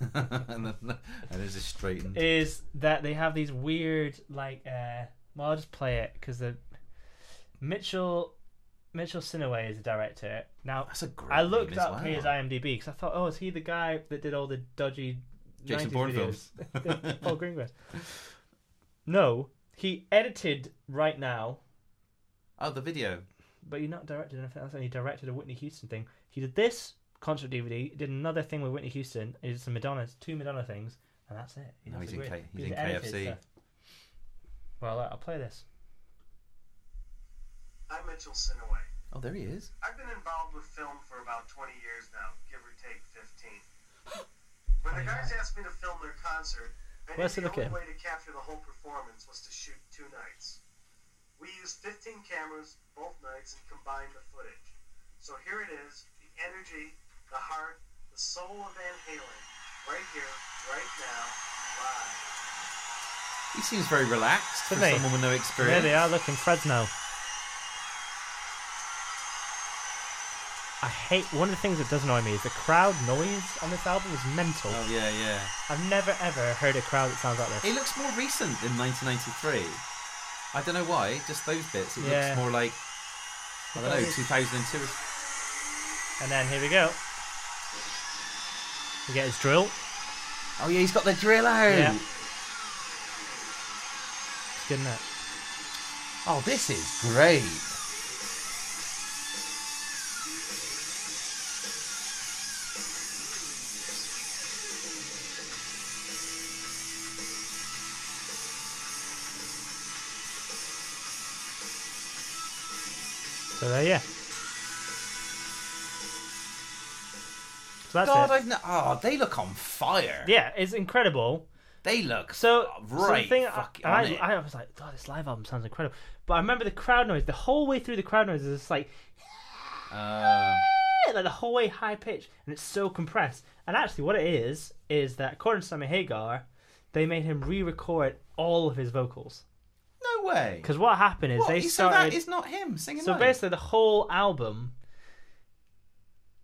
and, then, and there's this straightened.
is that they have these weird like. uh Well, I'll just play it because the Mitchell Mitchell Sinaway is the director now.
That's a great.
I looked
name as
up
well.
his IMDb because I thought, oh, is he the guy that did all the dodgy
Jason
90s
Bourne
videos?
films.
Paul Greengrass. No, he edited right now,
Oh, the video.
but he not directed anything else. And he directed a Whitney Houston thing. He did this concert DVD, did another thing with Whitney Houston, he did some Madonna, two Madonna things, and that's it. He
No,
does
he's
the
in
weird-
K- he's
he
in
edited
KFC.
stuff. Well, look, I'll play this.
I'm Mitchell Sinaway.
Oh, there he is.
I've been involved with film for about 20 years now, give or take 15. When the guys asked me to film their concert, I knew
Let's
the
look at
only
him.
way to capture the whole performance was to shoot two nights. We used 15 cameras both nights and combined the footage. So here it is, the energy, the heart, the soul of Van Halen, right here, right now, live.
He seems very relaxed for
Doesn't he?
someone with no
There
experience.
they are, look in Fresno. I hate one of the things that does annoy me is the crowd noise on this album is mental.
Oh yeah, yeah.
I've never ever heard a crowd that sounds like this.
It looks more recent than 1993. I don't know why. Just those bits. It
Yeah.
looks more like I don't know
Those-
2002.
And then here we go. We get his drill.
Oh yeah, he's got the drill out.
Yeah. It's good, isn't it?
Oh, this is great.
So there, yeah. So that's
God,
it.
I've no- oh, they look on fire.
Yeah, it's incredible.
They look
So, so
Oh, right.
the thing,
fuck
I,
on it.
I, I was like, oh, this live album sounds incredible. But I remember the crowd noise. The whole way through the crowd noise is just like,
Uh,
"Eh," like the whole way high pitched, and it's so compressed. And actually, what it is is that according to Sammy Hagar, they made him re-record all of his vocals.
No way.
Because what happened is
What?
they
so
started.
that is not him singing.
So
live?
basically, the whole album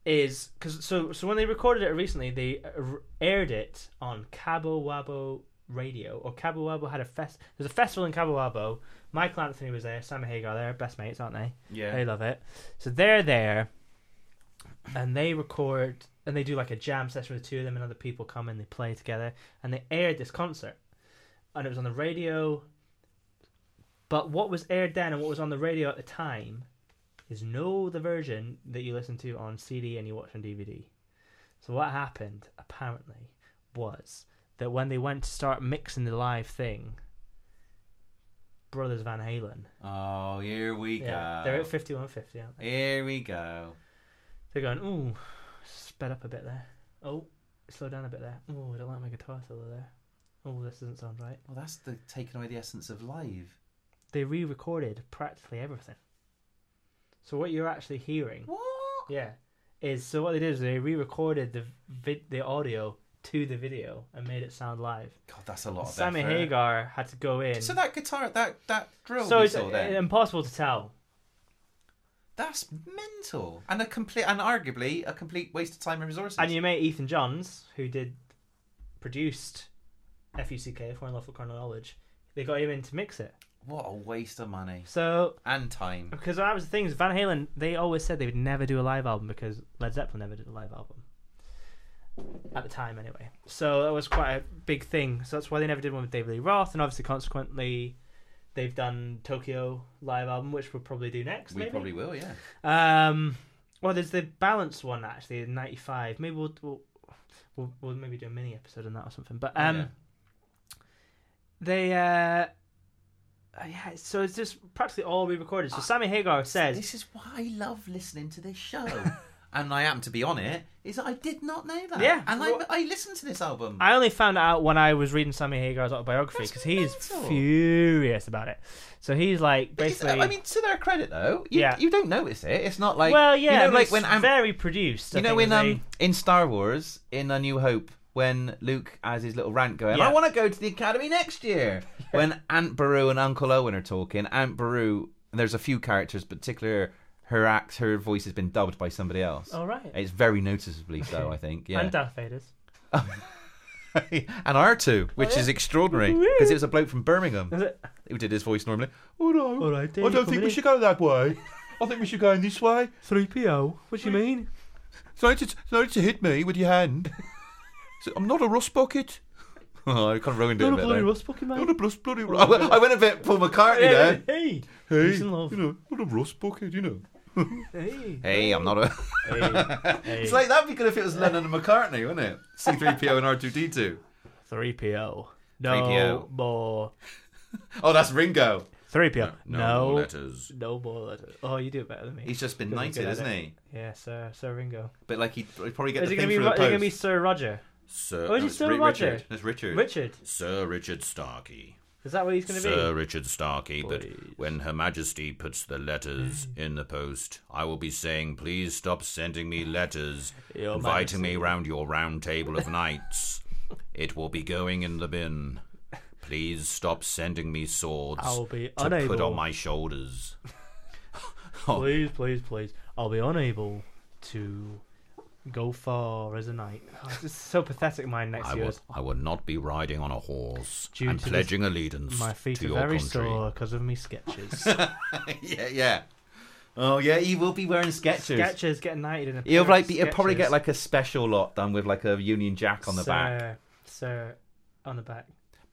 is because so so when they recorded it recently, they uh, aired it on Cabo Wabo Radio or Cabo Wabo had a fest. There's a festival in Cabo Wabo. Michael Anthony was there. Sam Hagar there. Best mates, aren't they?
Yeah.
they love it. So they're there, and they record and they do like a jam session with the two of them, and other people come and they play together. And they aired this concert, and it was on the radio. But what was aired then and what was on the radio at the time is no the version that you listen to on CD and you watch on DVD. So what happened apparently was that when they went to start mixing the live thing, Brothers Van Halen,
Oh, here we
yeah,
go.
they're at fifty-one fifty, aren't they?
Here we go.
They're going, ooh, sped up a bit there. Oh, slow down a bit there. Ooh, I don't like my guitar solo there. Oh, this doesn't sound right.
Well, that's the taking away the essence of live.
They re-recorded practically everything. So what you're actually hearing
What?
Yeah, is so what they did is they re-recorded the vid- the audio to the video and made it sound live.
God, that's a lot of
Sammy
effort.
Hagar had to go in.
So that guitar, that that drill
So
we
it's
saw
uh,
there,
impossible to tell.
that's mental and a complete and arguably a complete waste of time and resources.
And your mate Ethan Johns, who did produced FUCK Foreign Lawful Criminal Knowledge, they got him in to mix it.
what a waste of money
So
and time.
because that was the thing is Van Halen, they always said they would never do a live album because Led Zeppelin never did a live album at the time anyway. So that was quite a big thing. So that's why they never did one with David Lee Roth, and obviously consequently, they've done Tokyo live album, which we'll probably do next.
We
maybe.
probably will, yeah.
Um, well, there's the balance one actually in '95. Maybe we'll, we'll we'll we'll maybe do a mini episode on that or something. But um,
Oh, Yeah.
they uh, uh, yeah. So it's just practically all re-recorded. So Sammy Hagar says
Ah, This is why I love listening to this show. And I am to be on it. Is that I did not know that.
Yeah.
and
Well-
I, I listened to this album.
I only found out when I was reading Sammy Hagar's autobiography
That's
because he is
mental.
furious about it. So he's like
It's-
basically.
I mean, to their credit though, you,
Yeah.
you don't notice it. It's not like
well, yeah,
you
but
know, like
it's
when Am-
very produced. I
you know
think,
in
they-
um in Star Wars in A New Hope when Luke has his little rant going,
Yeah.
I want to go to the Academy next year. when Aunt Beru and Uncle Owen are talking, Aunt Beru, and there's a few characters, particular her act, her voice has been dubbed by somebody else.
all right.
It's very noticeably so, I think. Yeah,
Oh, And Darth Vader's.
and R2, which is extraordinary because it was a bloke from Birmingham
Is it?
who did his voice normally. Oh no,
All right,
I don't think we should go that way. I think we should go in this way.
Three PO. What do you mean?
Sorry to, sorry to hit me with your hand. So- I'm not a rust bucket. Oh, I kind of ruined it
Not
a
a
bit
bloody
there.
rust bucket, mate.
Not a blus- bloody ru- I went- I went a bit Paul McCartney
Hey,
there.
hey,
Hey,
peace and love.
you know, not a rust bucket, you know.
hey,
Hey, I'm not a.
hey.
It's like that'd be good if it was Lennon and McCartney, wouldn't it? C3PO and R2D2.
three PO. No
3PO.
more
Oh, that's Ringo.
three PO. No,
more letters.
no more letters. Oh, you do it better than me.
He's just been
Good,
knighted,
good,
isn't
isn't
he?
Yeah, Sir Sir Ringo.
But like he'd he'd probably get
Is
the
it gonna
thing
be
through
Ro-
the
is it gonna be
post.
Sir Roger?
Sir,
Oh, is
no,
it
it's
still
Ri-
Roger?
Richard.
That's Richard.
Richard.
Sir Richard Starkey.
Is that what he's gonna
Sir
be?
Richard Starkey, that when Her Majesty puts the letters
Mm.
in the post, I will be saying, please stop sending me letters
Your
inviting me round your round table of knights. it will be going in the bin. Please stop sending me swords
I will be
to put
unable-
on my shoulders.
Please, please, please. I'll be unable to go far as a knight. Oh, it's just so pathetic. Mine next
I
to
will,
yours.
I will not be riding on a horse
Due
and
to this-
pledging allegiance
My feet
to
are
your
very
country.
sore because of me sketches.
yeah, yeah. Oh yeah, he will be wearing Skechers.
sketches get knighted in a.
He'll
pair of
like be, he'll probably get
Skechers.
like a special lot done with like a Union Jack on the
sir,
back.
Sir, on the back.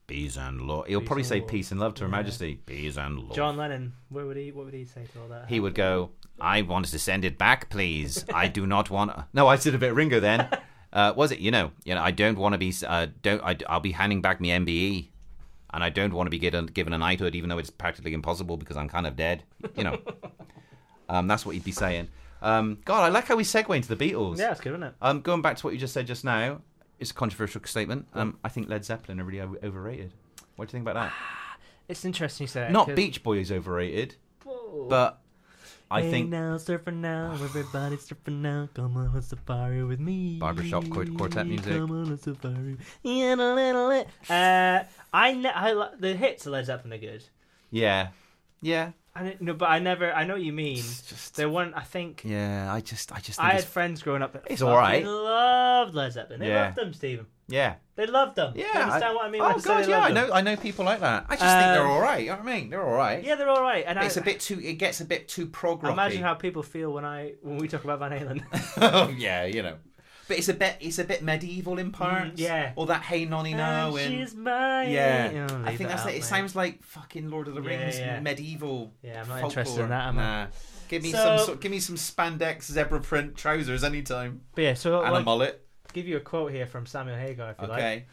Peace and law.
He'll
Peace
probably
and
say
law.
peace and love to Her
Yeah.
Majesty.
Peace and law.
John Lennon, what would he? What would he say to all that?
He would go.
I want to send it back, please. I do not want.
No, I did a bit of Ringo then.
Uh, was it? You know, you know. I don't want to be. Uh, don't. I, I'll be handing back my MBE,
E,
and I don't want to be given given a knighthood, even though it's practically impossible because I'm kind of dead. You know,
um, that's what he'd be saying. Um, God, I like how we segue into the Beatles.
yeah, it's good, isn't it?
Um, going back to what you just said just now, it's a controversial statement. Um, I think Led Zeppelin are really o- overrated. What do you think about that?
It's interesting you say.
Not Beach Boy is overrated,
but
but I think
now, surfer now, everybody surfing now. Come on a safari with me.
Barbershop qu- quartet music.
Come on a safari. Yeah, la, la, la, la. Uh, I, ne- I li- the hits are Led Zeppelin are good.
yeah, yeah,
I didn't, no, but I never. I know what you mean.
just-
They weren't. I think
yeah. I just, I just think
I had
it's,
friends growing up that
it's
fucking
alright.
loved Led Zeppelin. They
Yeah.
loved them, Stephen.
yeah,
They loved them.
yeah.
Do you understand what I mean? when
Oh
I say they
god, yeah.
loved
I
them?
know, I know people like that. I just
Uh,
think they're all right. You know what I mean? They're all right.
Yeah, they're all right. And
It's
I,
a bit too. It gets a bit too prog rocky.
imagine how people feel when I when we talk about Van Halen.
yeah, you know. But it's a bit. It's a bit medieval in
Mm,
parts.
yeah.
All that hey nonny no
And
and.
she's mine.
yeah,
Oh,
I
leave
think
that
that's
out,
it. It
mate.
sounds like fucking Lord of the
Yeah,
Rings
yeah.
medieval.
Yeah, I'm not interested in
folklore.
that, am I?
nah. Give me
So-
some. Sort, give me some spandex zebra print trousers anytime
But yeah, so
and a
I'll
mullet.
give you a quote here from Samuel Hagar if you like.
Okay.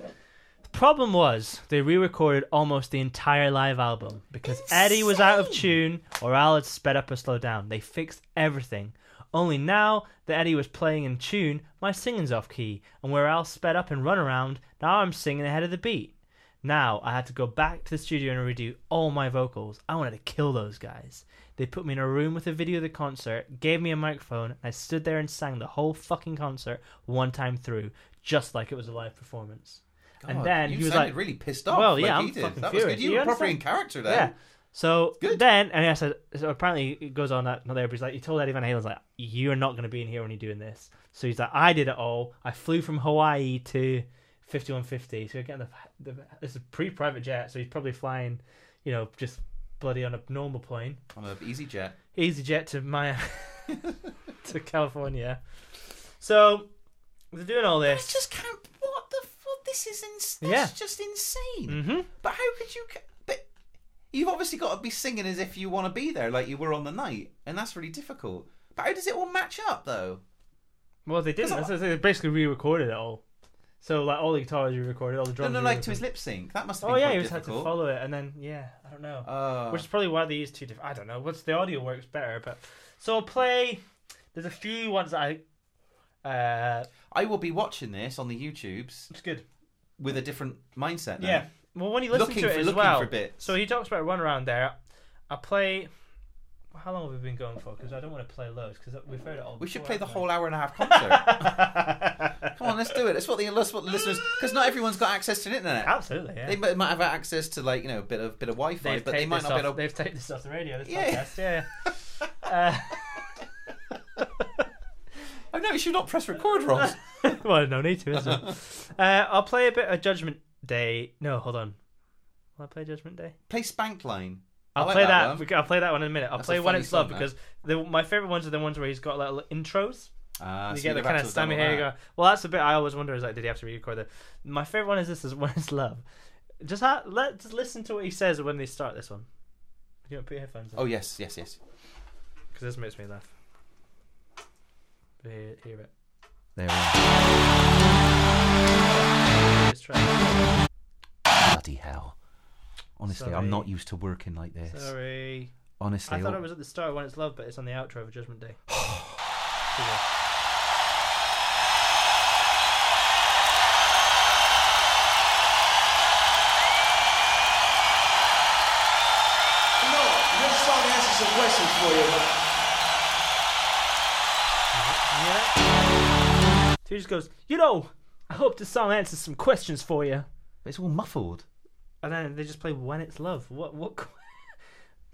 The problem was they re-recorded almost the entire live album because Eddie was out of tune or Al had sped up or slowed down. They fixed everything. Only now that Eddie was playing in tune, my singing's off key, and where Al sped up and run around, now I'm singing ahead of the beat. Now I had to go back to the studio and redo all my vocals. I wanted to kill those guys. They put me in a room with a video of the concert, gave me a microphone, and I stood there and sang the whole fucking concert one time through, just like it was a live performance. and then
you
he was
sounded
like,
really pissed off.
Well,
like
yeah,
he
I'm
did.
fucking
that was
furious.
good. You,
You
were properly in
understand?
character then.
yeah. So
Good.
then, and I said, so apparently it goes on that another episode. Like, he told Eddie Van Halen's like, you're not going to be in here when you're doing this. So he's like, I did it all. I flew from Hawaii to 5150. So again, the, the, this is pre-private jet, so he's probably flying, you know, just bloody on a normal plane.
On an easy jet.
EasyJet to Miami, to California. So they're doing all
I
this.
just can't. What the fuck? This is ins- that's
Yeah.
just insane.
Mhm.
But how could you? ca- But you've obviously got to be singing as if you want to be there, like you were on the night, and that's really difficult. But how does it all match up though?
Well, they didn't. That's- They basically re-recorded it all. So like all the guitars re-recorded, all the
No,
drums.
no,
were
like to
re-recorded.
his lip sync. That must have
Oh
been
yeah,
quite
he was had to
difficult.
follow it, and then yeah, I don't know,
Uh,
which is probably why they use two different. I don't know. What's the audio works better, but so I'll play. There's a few ones that I. Uh,
I will be watching this on the YouTubes
it's good.
with a different mindset. Now.
Yeah. Well, when you listen
Looking
to it
for-
as
looking
well,
for bits.
so he talks about run around there. I play. How long have we been going for? Because I don't want to play loads because we've heard it all.
We should
before,
play the
haven't
whole hour and a half concert. Come on, let's do it. That's what the, that's what the listeners, because not everyone's got access to the internet.
Absolutely. Yeah.
They mi- might have access to like you know a bit of bit of Wi-Fi, but they
taped
might
this
not be
off-
able.
They've taped this off the radio. This
Yeah.
podcast. Yeah. uh,
Oh no, you should not press record, Ross.
well, no need to, is it? uh, I'll play a bit of Judgment Day. No, hold on. Will I play Judgment Day?
Play Spankline. I
I'll
like
play
that
that.
one.
we- I'll play that one in a minute. I'll
That's a
play When
funny
It's Love
song, that.
because the, my favorite ones are the ones where he's got little intros.
Ah,
you
so
get the
you'd
kind
have
of
to have done
Sammy
all that.
Hagar. Well, that's the bit I always wonder is like, did he have to re-record that? My favorite one is this: is When It's Love. Just ha- let just listen to what he says when they start this one. Do you want to put your headphones on?
Oh yes, yes, yes.
Because this makes me laugh. Hear, hear it.
There we are.
Let's try.
Bloody hell. Honestly,
Sorry.
I'm not used to working like this.
Sorry.
Honestly,
I thought
all-
it was at the start when it's love, but it's on the outro of Judgment Day.
No, this song answers some questions for you.
So he just goes, you know, I hope this song answers some questions for you.
it's all muffled.
And then they just play When It's Love. What? What? qu-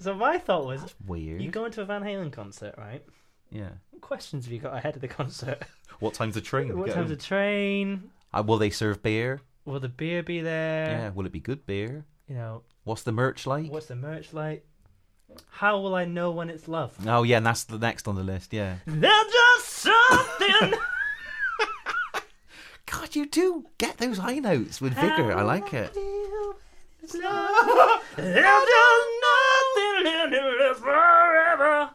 so my thought was,
Weird.
you go into a Van Halen concert, right?
Yeah.
What questions have you got ahead of the concert?
What time's the train?
What
Get
time's the
home.
train?
Uh, will they serve beer?
Will the beer be there?
Yeah. Will it be good beer?
You know,
What's the merch like?
what's the merch like? How will I know when it's love?
Oh yeah, and that's the next on the list. Yeah.
There's just something.
God, you do get those high notes with vigor. I like it.
There's just nothing left in this forever.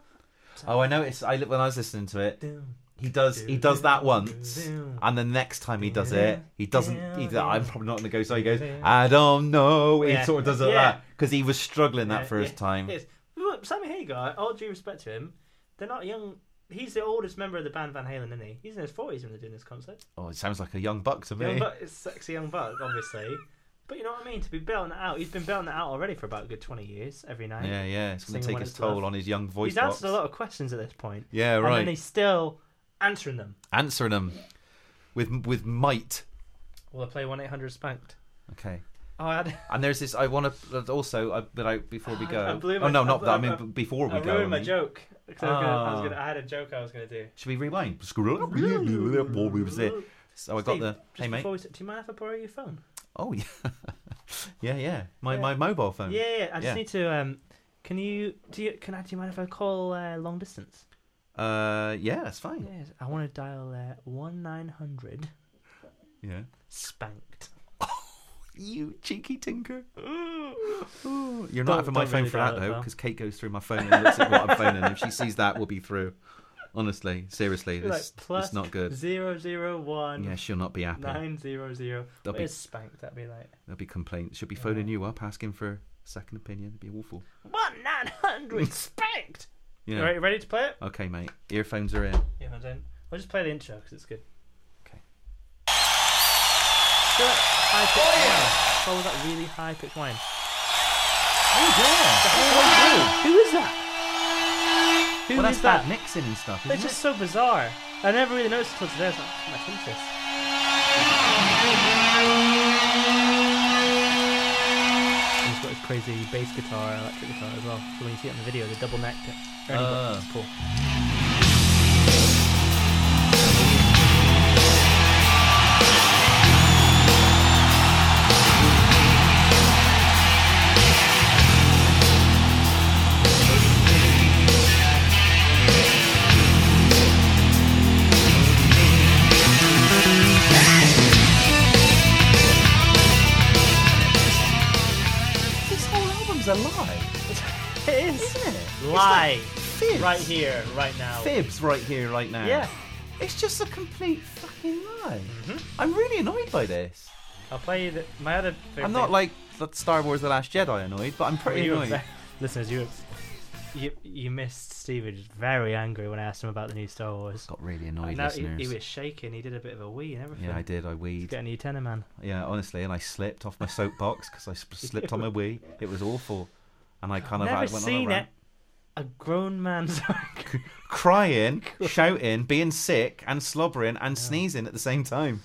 Oh, I noticed. I when I was listening to it, he does he does that once, and the next time he does it, he doesn't. He, I'm probably not gonna go. So he goes, I don't know. He
Yeah.
sort of does it
Yeah.
that because he was struggling that
Yeah,
first
yeah,
time.
Yes. Look, Sammy Hagar, all due respect to him, they're not young. He's the oldest member of the band Van Halen, isn't he? He's in his 40s when they're doing this concert.
Oh, it sounds like a young buck to me.
Young Buck is sexy young buck, obviously. But you know what I mean? To be belting it out, he's been belting it out already for about a good twenty years every night.
Yeah, yeah. It's
Singing
going to take
when
its
it's
toll
love.
on his young voice
he's
box.
answered a lot of questions at this point.
Yeah,
And
right.
then he's still answering them.
Answering them with with might.
Will I play one eight hundred spanked?
Okay.
Oh, I had.
And there's this. I want to also uh, without before we go.
I blew
oh
my-
no,
I
not
blew-
that. I
I-
mean,
I-
b- before
I
we
ruined
go. I
my
mean.
joke. 'Cause I, was gonna, I, was
Ah.
gonna, I had a joke I was going to do.
Should we rewind? So I got
Oh, Steve,
the.
just
Hey mate.
before we s- do you mind if I borrow your phone?
Oh yeah. yeah, yeah. My
Yeah.
my mobile phone.
Yeah, yeah. I just
yeah.
need to. Um, can you do? You, can I? Do you mind if I call uh, long distance?
Uh, yeah, that's fine.
Yes, I want to dial uh, one nine hundred
Yeah.
spanked.
You cheeky tinker. Ooh, You're
Don't-
not having my
don't
phone
really
for that
dial it,
though,
pal.
because Kate goes through my phone and looks at what I'm phoning. If she sees that, we'll be through. Honestly, seriously,
You're
this
like plus
it's not good.
Zero zero one
Yeah, she'll not be happy.
nine zero zero.
That'll
What
be-
is spanked? That'd be like
There'll be complaints. She'll be phoning you up asking for a second opinion. It'd be awful.
one nine hundred spanked.
Yeah.
All right, you ready to play it?
Okay, mate. Earphones are in.
Yeah, I don't. I'll just play the intro because it's good.
Okay.
Do it. High pitch wine. Oh, was that really high pitched wine? Who is that? Who is
Well, that's
that?
bad mixing and stuff, isn't
It's just so bizarre. I never really noticed until today. I was like, "Oh, I think this. And He's got his crazy bass guitar, electric guitar as well. So when you see it in the video, the double neck thing.
Ah.
It's cool.
it? This whole album's a lie.
It is.
Isn't it?
Lie.
Fibs.
Right here, right now.
Fibs right here, right now.
Yeah. Mm-hmm.
It's just a complete fucking lie. I'm really annoyed by this.
I'll play you the, my other favorite
I'm not like the Star Wars The Last Jedi annoyed, but I'm pretty
you were
annoyed.
ve- listeners, you, you you missed Steve was just very angry when I asked him about the new Star Wars.
Got really annoyed,
Now he,
Oh, listeners.
he was shaking. He did a bit of a wee and everything.
yeah, I did. I
He's
weed.
got a new tenor man.
Yeah, honestly, and I slipped off my soapbox because I sp- slipped on my wee. It was awful, and I kind of I
Never
went
seen
on a
it.
rant.
A grown man's angry.
crying, shouting, being sick, and slobbering and sneezing at the same time.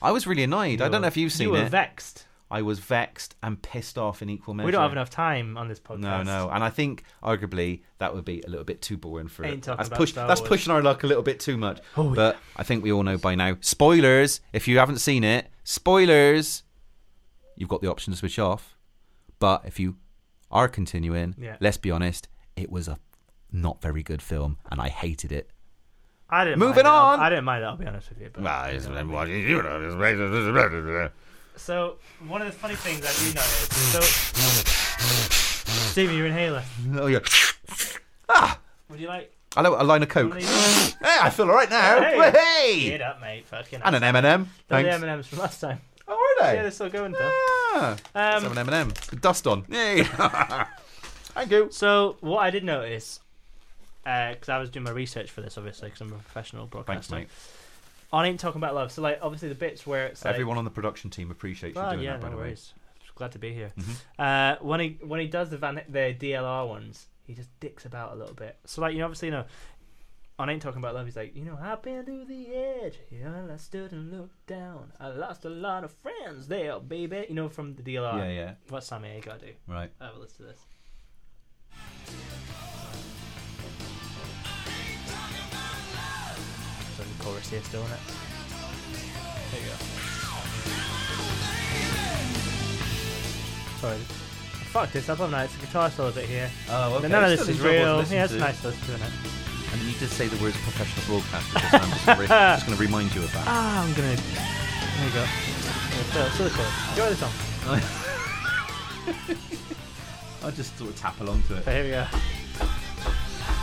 I was really annoyed. I
You
don't
were-
know if you've
You
seen
were
it.
vexed.
I was vexed and pissed off in equal measure.
We don't have enough time on this podcast.
No, no, and I think arguably that would be a little bit too boring for
Ain't
it.
talking
That's,
about
push-
Star
that's
Wars.
pushing our luck a little bit too much.
Oh,
but I think we all know by now. Spoilers! If you haven't seen it, spoilers! You've got the option to switch off. But if you are continuing,
Yeah.
let's be honest, it was a not very good film, and I hated it.
I didn't.
Moving
mind it, I'll-
on.
I didn't mind it. I'll be honest with you. But so one of the funny things I do notice. So Stevie, your inhaler.
Oh, yeah.
Would you like?
I know a line of coke. Hey, I feel all right now.
Hey!
Hey,
Get up, mate. Fucking.
and an M and M.
They're the
Thanks.
M and M's from last time.
Oh, are they?
Yeah, they're still going, Phil.
Ah,
Um,
let's have an M&M. Put dust on. Yay. Thank you.
So what I did notice, because I was doing my research for this, obviously, because I'm a professional
Thanks,
broadcaster.
mate.
I ain't talking about love. So like, obviously, the bits where it's like,
Everyone on the production team appreciates you
Well,
doing
yeah,
that, by
no
the way. Mm-hmm.
worries. Glad to be here. Uh, when he when he does the van the DLR ones, he just dicks about a little bit. So like you know, obviously you know, I ain't talking about love. He's like, you know, I've been to the edge, yeah, and I stood and looked down. I lost a lot of friends there, baby. You know, from the DLR.
Yeah, yeah.
What's Sammy I gotta do?
Right.
I have a list of this. So the chorus here still in it. There you go. Sorry. Fuck this up, haven't I? It's a guitar solo bit here.
Oh,
None of this is real. Yeah, it's nice to listen to, isn't it?
And you did say the words professional broadcaster. Just, I'm just, re- just going to remind you of that.
Ah, I'm gonna. There you go. Yeah, so, so the chorus. Enjoy the song.
I'll just sort of tap along to it.
Okay, here we go.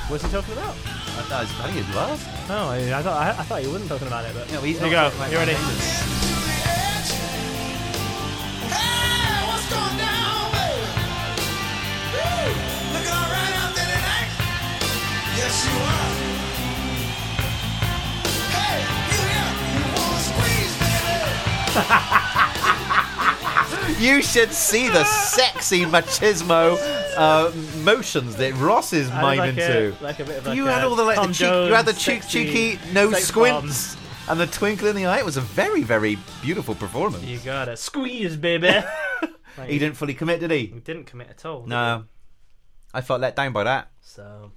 What's he talking about?
I, I think it was.
No, I, I thought I, I thought he wasn't talking about it, but
Yeah, well, he's
here you
not
go.
talking about
You ready?
You should see the sexy machismo uh, motions that Ross is
I was
miming
like
to.
A, like a bit of
you
like
had
a
all the like the
Tom
cheek, you had the
Jones
cheek,
sexy
cheeky, no
sex
squints, and the twinkle in the eye. It was a very, very beautiful performance.
bomb. You got to squeeze, baby. Like,
He didn't fully commit, did he?
he didn't commit at all. did he?
No, I felt let down by that.
So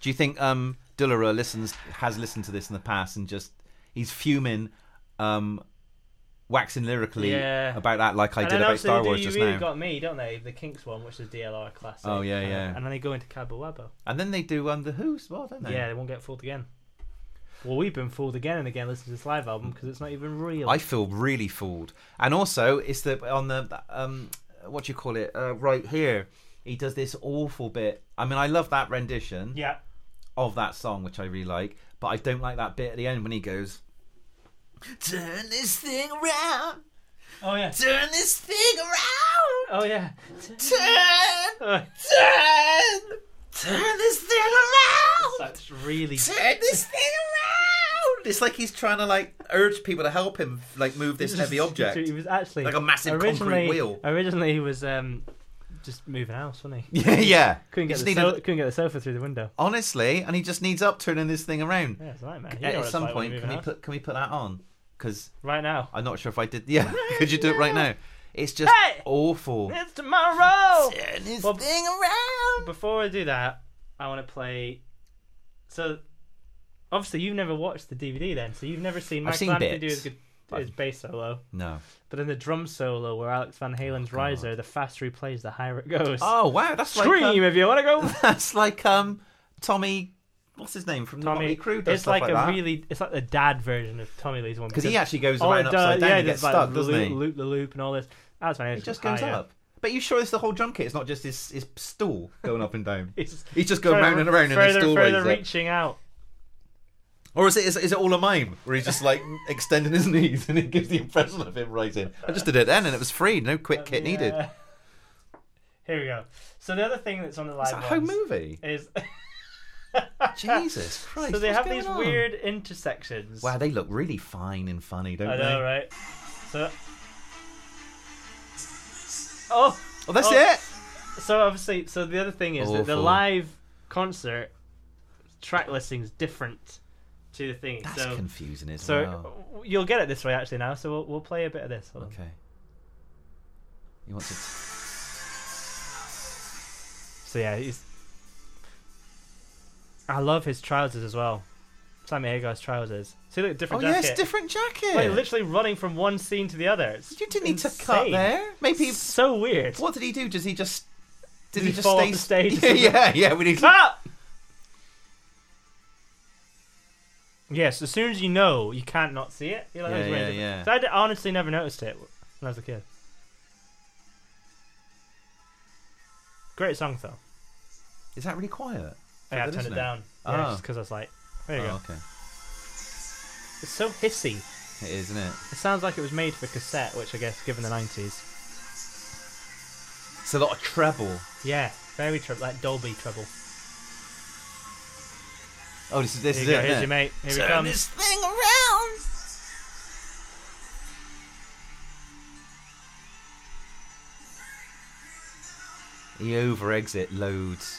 Do you think um Dulera listens has listened to this in the past and just he's fuming, um, waxing lyrically
Yeah.
about that like I
and
did
then
about
obviously
Star
they
Wars
do,
just
you really
now?
got me, don't they? The Kinks one, which is DLR classic.
Oh, yeah,
Uh,
yeah.
And then they go into Cabo Wabo.
And then they do um the Who's well, don't they?
Yeah, they won't get fooled again. Well, we've been fooled again and again listening to this live album because it's not even real.
I feel really fooled. And also, it's the on the um, what do you call it? Uh, right here, he does this awful bit. I mean, I love that rendition
yeah.
of that song, which I really like. But I don't like that bit at the end when he goes, "Turn this thing around,
Oh yeah.
turn this thing around,
Oh yeah.
turn,
Oh,
turn, turn this thing around,
that's really.
turn this thing around." It's like he's trying to like urge people to help him, like move this heavy object.
He was actually
Like a massive concrete
originally-
wheel.
Originally, he was um, just moving house, wasn't he?
Yeah, yeah.
Couldn't
He
get
just
the
needed-
so- couldn't get the sofa through the window.
honestly, and he just needs up turning this thing around.
Yeah, it's a nightmare. You know
At
what it's
some
like when
point,
you're
can we
moving house.
put can we put that on? Because
right now?
I'm not sure if I did. Yeah, could you do it right now? It's just
Hey!
awful.
It's tomorrow.
Turn this
Well,
thing around.
Before I do that, I want to play. So, obviously, you've never watched the DVD then, so you've never seen
I've
Mike
seen
Lanahan do
bits,
his, gu- his bass solo.
No.
But then the drum solo where Alex Van Halen's riser, the faster he plays, the higher it goes.
Oh wow, that's
Scream
like um,
if you want to go.
that's like um Tommy, what's his name from the Motley Crue? does
it's
stuff
like,
like
a
that.
really, it's like the dad version of Tommy Lee's one
because he actually goes
all it
around
does-
upside down
yeah,
and
there's
gets
like Ah,
stuck,
loop,
doesn't he?
Loop the loop and all this. Alex Van Halen
It just goes up. But you sure it's the whole drum kit? It's not just his his stool going up and down.
He's,
He's just going round and around and his
further,
stool
further
raises up.
reaching out.
Or is it is, is it all a mime where he's just like extending his knees and it gives the impression of him rising? I just did it then and it was free, no quick kit needed.
Um, Yeah. Here we go. So the other thing that's on the live
It's a home
ones
movie.
is
Jesus Christ!
so they
what's
have
going
these
on?
weird intersections.
Wow, they look really fine and funny, don't
I
they?
know, right? So. Oh,
Oh, that's
Oh.
it.
so obviously, so the other thing is that the
Awful.
live concert track listing is different to the thing.
That's
so,
confusing as
so
well.
you'll get it this way actually now. So we'll, we'll play a bit of this. Hold on.
Okay. You want to?
So yeah, he's. I love his trousers as well. Sammy Hagar's trousers. See, look,
Oh
different
yeah,
jacket.
it's different jacket.
Like literally running from one scene to the other. It's
you didn't need to cut
insane.
there. Maybe.
It's so weird.
What did he do? Does he just? Did,
he
just
fall off
stay
the stage or
Yeah,
something?
yeah, yeah. We need.
Cut! Yes, as soon as you know, you can't not see it. You're like,
Yeah,
"That's weird."
yeah, yeah.
So I d- honestly never noticed it when I was a kid. Great song though.
Is that really quiet?
Yeah, I turned
good,
it
isn't it?
down. Yeah,
Oh.
just because I was like, there you go.
Oh, okay.
It's so hissy.
It is, isn't it?
It sounds like it was made for cassette, which I guess, given the 90s.
It's a lot of treble.
Yeah, very treble, like Dolby treble.
Oh, this is this
Here
is
you go,
it.
here's
innit?
your mate. Here
Turn
he comes.
this thing around. He over exit loads.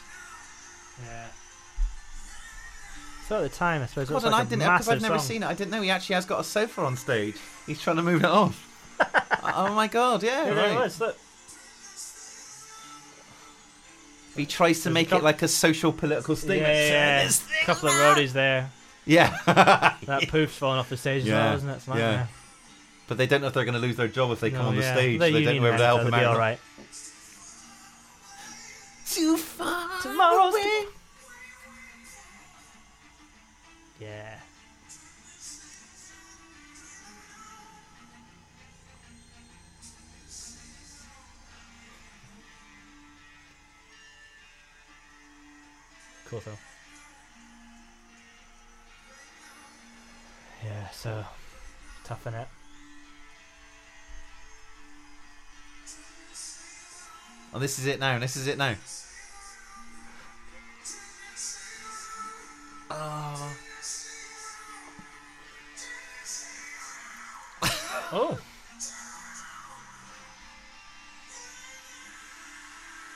Yeah. So at the time, I suppose it
God,
was
and
like
I
a
didn't because
massive
I've never
song.
seen it. I didn't know he actually has got a sofa on stage. He's trying to move it off. oh my god! Yeah,
Yeah, there
right.
it was. Look,
He tries to make it
couple-
like a social political
yeah,
statement.
yeah,
Turn
yeah.
this thing
couple of
around.
roadies there.
Yeah.
That poof's falling off the stage as
Yeah,
well, isn't it? It's
yeah.
nightmare.
but they don't know if they're going to lose their job if they come
Oh,
on the
yeah.
stage.
They're
They don't
union
know whether to help
members,
them
they'll
out.
be
or
all
not.
right.
Too far
Tomorrow's-
away.
Yeah. Cool though. Yeah, so tough in it.
Oh, this is it now. This is it now. Oh,
Oh,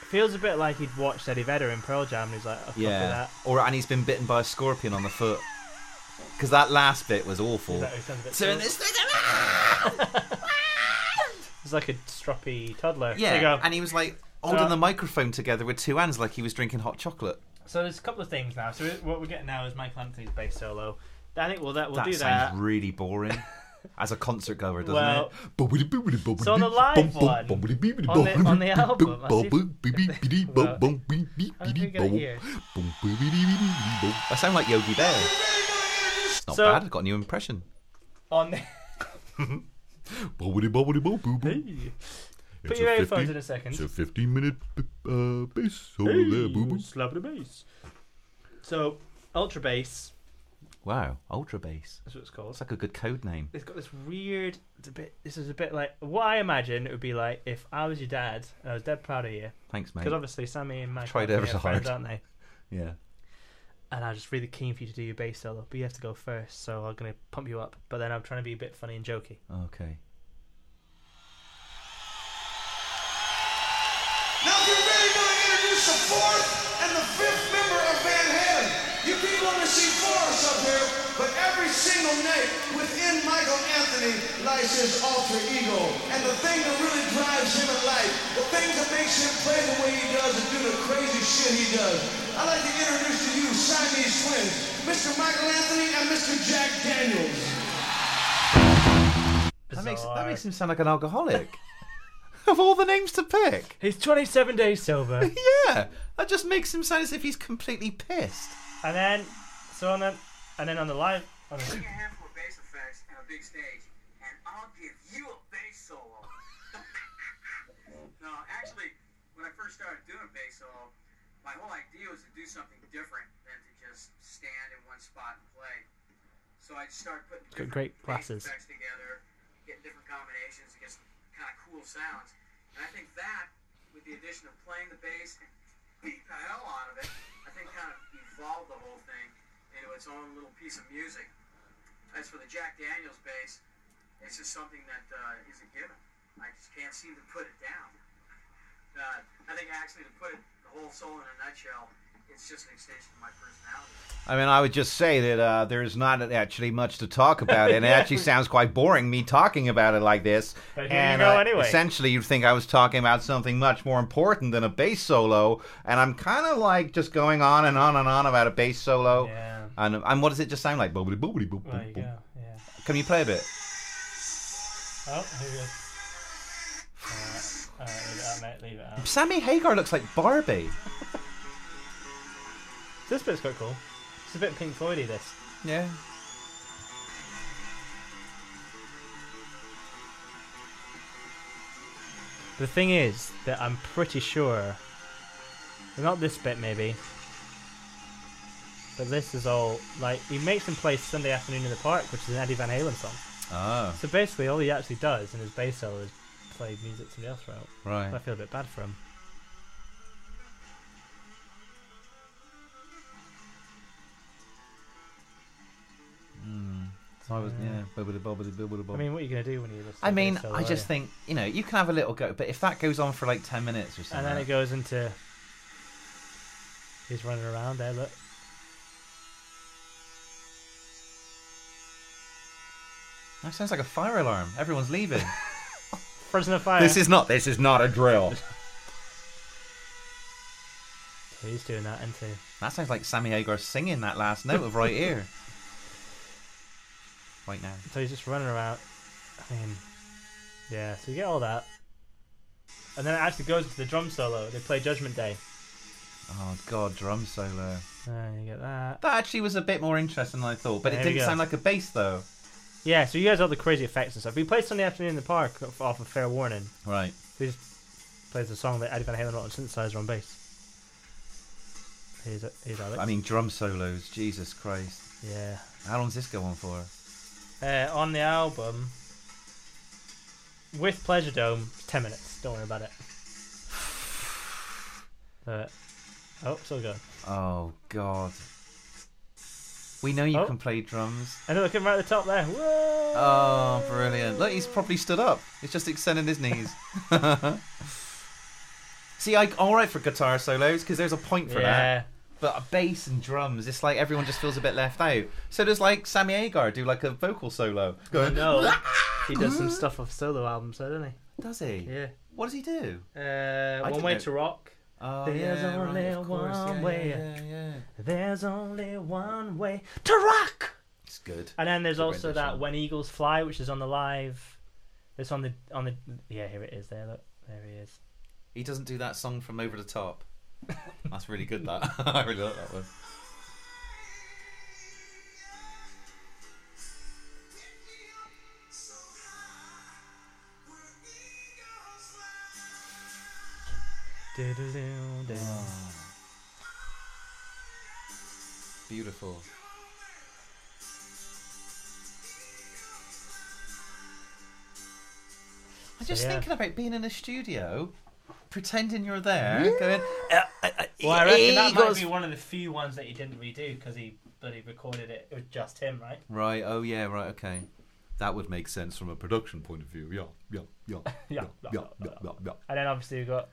Feels a bit like he'd watched Eddie Vedder in Pearl Jam and he's like, oh, fuck with
Yeah.
that.
Or and he's been bitten by a scorpion on the foot. Because that last bit was awful.
That sounds a bit silly.
Turn this thing
He's like a stroppy toddler. There
Yeah.
you go. Uh.
And he was like holding
So-
the microphone together with two hands like he was drinking hot chocolate.
So there's a couple of things now. So what we're getting now is Michael Anthony's bass solo. I think well that we'll
that
do
sounds
that.
really boring. As a concert goer, doesn't
Well,
it?
so on the live one, on the, on the album, I see if- well, how did we get it here?
I sound like Yogi Bear. It's not
So-
bad. I've got a new impression.
on the, put your earphones in a second.
It's a 15 minute uh, bass solo there, boo boo.
Slap the bass. So ultra bass,
Wow, ultra bass.
that's what it's called.
It's like a good code name.
it's got this weird it's a bit this is a bit like what I imagine it would be like if I was your dad and I was dead proud of you
Thanks, mate.
because obviously Sammy and Mike
Tried
are
ever so
friends
hard.
aren't they
Yeah.
and I was just really keen for you to do your bass solo but you have to go first so I'm going to pump you up but then I'm trying to be a bit funny and jokey
Okay.
Now you're ready to introduce the fourth and the fifth member of Van Halen. You people only see four of us up here, but every single night within Michael Anthony lies his alter ego. And the thing that really drives him in life, the thing that makes him play the way he does and do the crazy shit he does. I'd like to introduce to you Siamese twins, Mr. Michael Anthony and Mr. Jack Daniels.
That makes
Bizarre.
that makes him sound like an alcoholic. of all the names to pick.
he's 27 days sober
Yeah. That just makes him sound as if he's completely pissed.
and then so on the and then on the live on the,
Bring a handful of bass effects and a big stage, and I'll give you a bass solo. no, actually, when I first started doing bass solo, my whole idea was to do something different than to just stand in one spot and play. So I just started putting
got great
different bass
glasses.
effects together, getting different combinations, to get some kind of cool sounds. And I think that, with the addition of playing the bass and beating the hell out of it, I think kind of evolved the whole thing into its own little piece of music. As for the Jack Daniels bass, it's just something that uh, is a given. I just can't seem to put it down. Uh, I think actually to put it, the whole soul in a nutshell, it's just an extension of my personality.
I mean, I would just say that uh, there's not actually much to talk about, and it actually sounds quite boring me talking about it like this.
But here you
and
go
uh,
anyway.
essentially, you'd think I was talking about something much more important than a bass solo, and I'm kind of like just going on and on and on about a bass solo.
yeah
And, and what does it just sound like? Boobity boobity boop
there you
boop
go
boop.
yeah
Can you play a bit?
oh here we go alright alright leave it out mate leave it out
Sammy Hagar looks like Barbie.
this bit's quite cool it's a bit Pink Floydy this
Yeah.
The thing is that I'm pretty sure, not this bit maybe, but this is all like he makes him play Sunday Afternoon in the Park, which is an Eddie Van Halen song.
Oh,
So basically, all he actually does in his bass solo is play music somebody else wrote. I
right.
feel a bit bad for him.
Hmm. So I was, yeah. Boobity boobity boobity boop.
I mean, what are you gonna do when you listen? to
I
a
mean,
bass solo,
I just
eh?
think you know you can have a little go, but if that goes on for like ten minutes or
And
something,
then it goes into. He's running around there. Look.
that sounds like a fire alarm. Everyone's leaving.
Prisoner of Fire.
this is not. This is not a drill.
He's doing that into.
that sounds like Sammy Hagar singing that last note of right here, right now.
So he's just running around. I mean, yeah. So you get all that, and then it actually goes into the drum solo. They play Judgment Day.
Oh God, drum solo.
Uh, you get that.
That actually was a bit more interesting than I thought, but it
There we
didn't
go.
sound like a bass though.
Yeah. So you guys all the crazy effects and stuff. He plays Sunday Afternoon in the Park off of Fair Warning.
Right.
He just plays the song that Eddie Van Halen wrote on synthesizer on bass. Here's, here's Alex.
I mean, drum solos. Jesus Christ.
yeah.
How long's this go on for?
Uh, on the album, with Pleasure Dome, ten minutes. Don't worry about it. Uh, oh, still going.
Oh God. We know you
Oh.
can play drums.
And look at him right at the top there. Whoa!
Oh, brilliant. Look, he's probably stood up. He's just extending his knees. See, I all right for guitar solos because there's a point for that.
yeah.
But bass and drums, it's like everyone just feels a bit left out. So does like Sammy Agar do like a vocal solo? Going,
No, he does some stuff off solo albums, though, doesn't
Does he?
he? Yeah.
What does he do?
Uh, one
don't
way
know.
to rock.
Oh,
There's
yeah,
only
right, of course.
one
yeah,
way.
Yeah, yeah,
There's only one way to rock.
It's good.
And then there's also
rendition.
that "When Eagles Fly," which is on the live. It's on the on the yeah. Here it is. There, look. There he is.
He doesn't do that song from Over the Top. That's really good. That I really like that one.
Diddle-doo-doo.
Ah. Beautiful. I'm just
yeah.
thinking about being in a studio, pretending you're there, going. Uh, uh, uh,
Well, I reckon that might
Eagles."
be one of the few ones that he didn't redo because he bloody recorded it. It was just him, right?
Right. Oh yeah. Right. Okay. That would make sense from a production point of view. Yeah. Yeah. Yeah.
Yeah.
Yeah. Yeah. Yeah. yeah.
And then obviously we've got.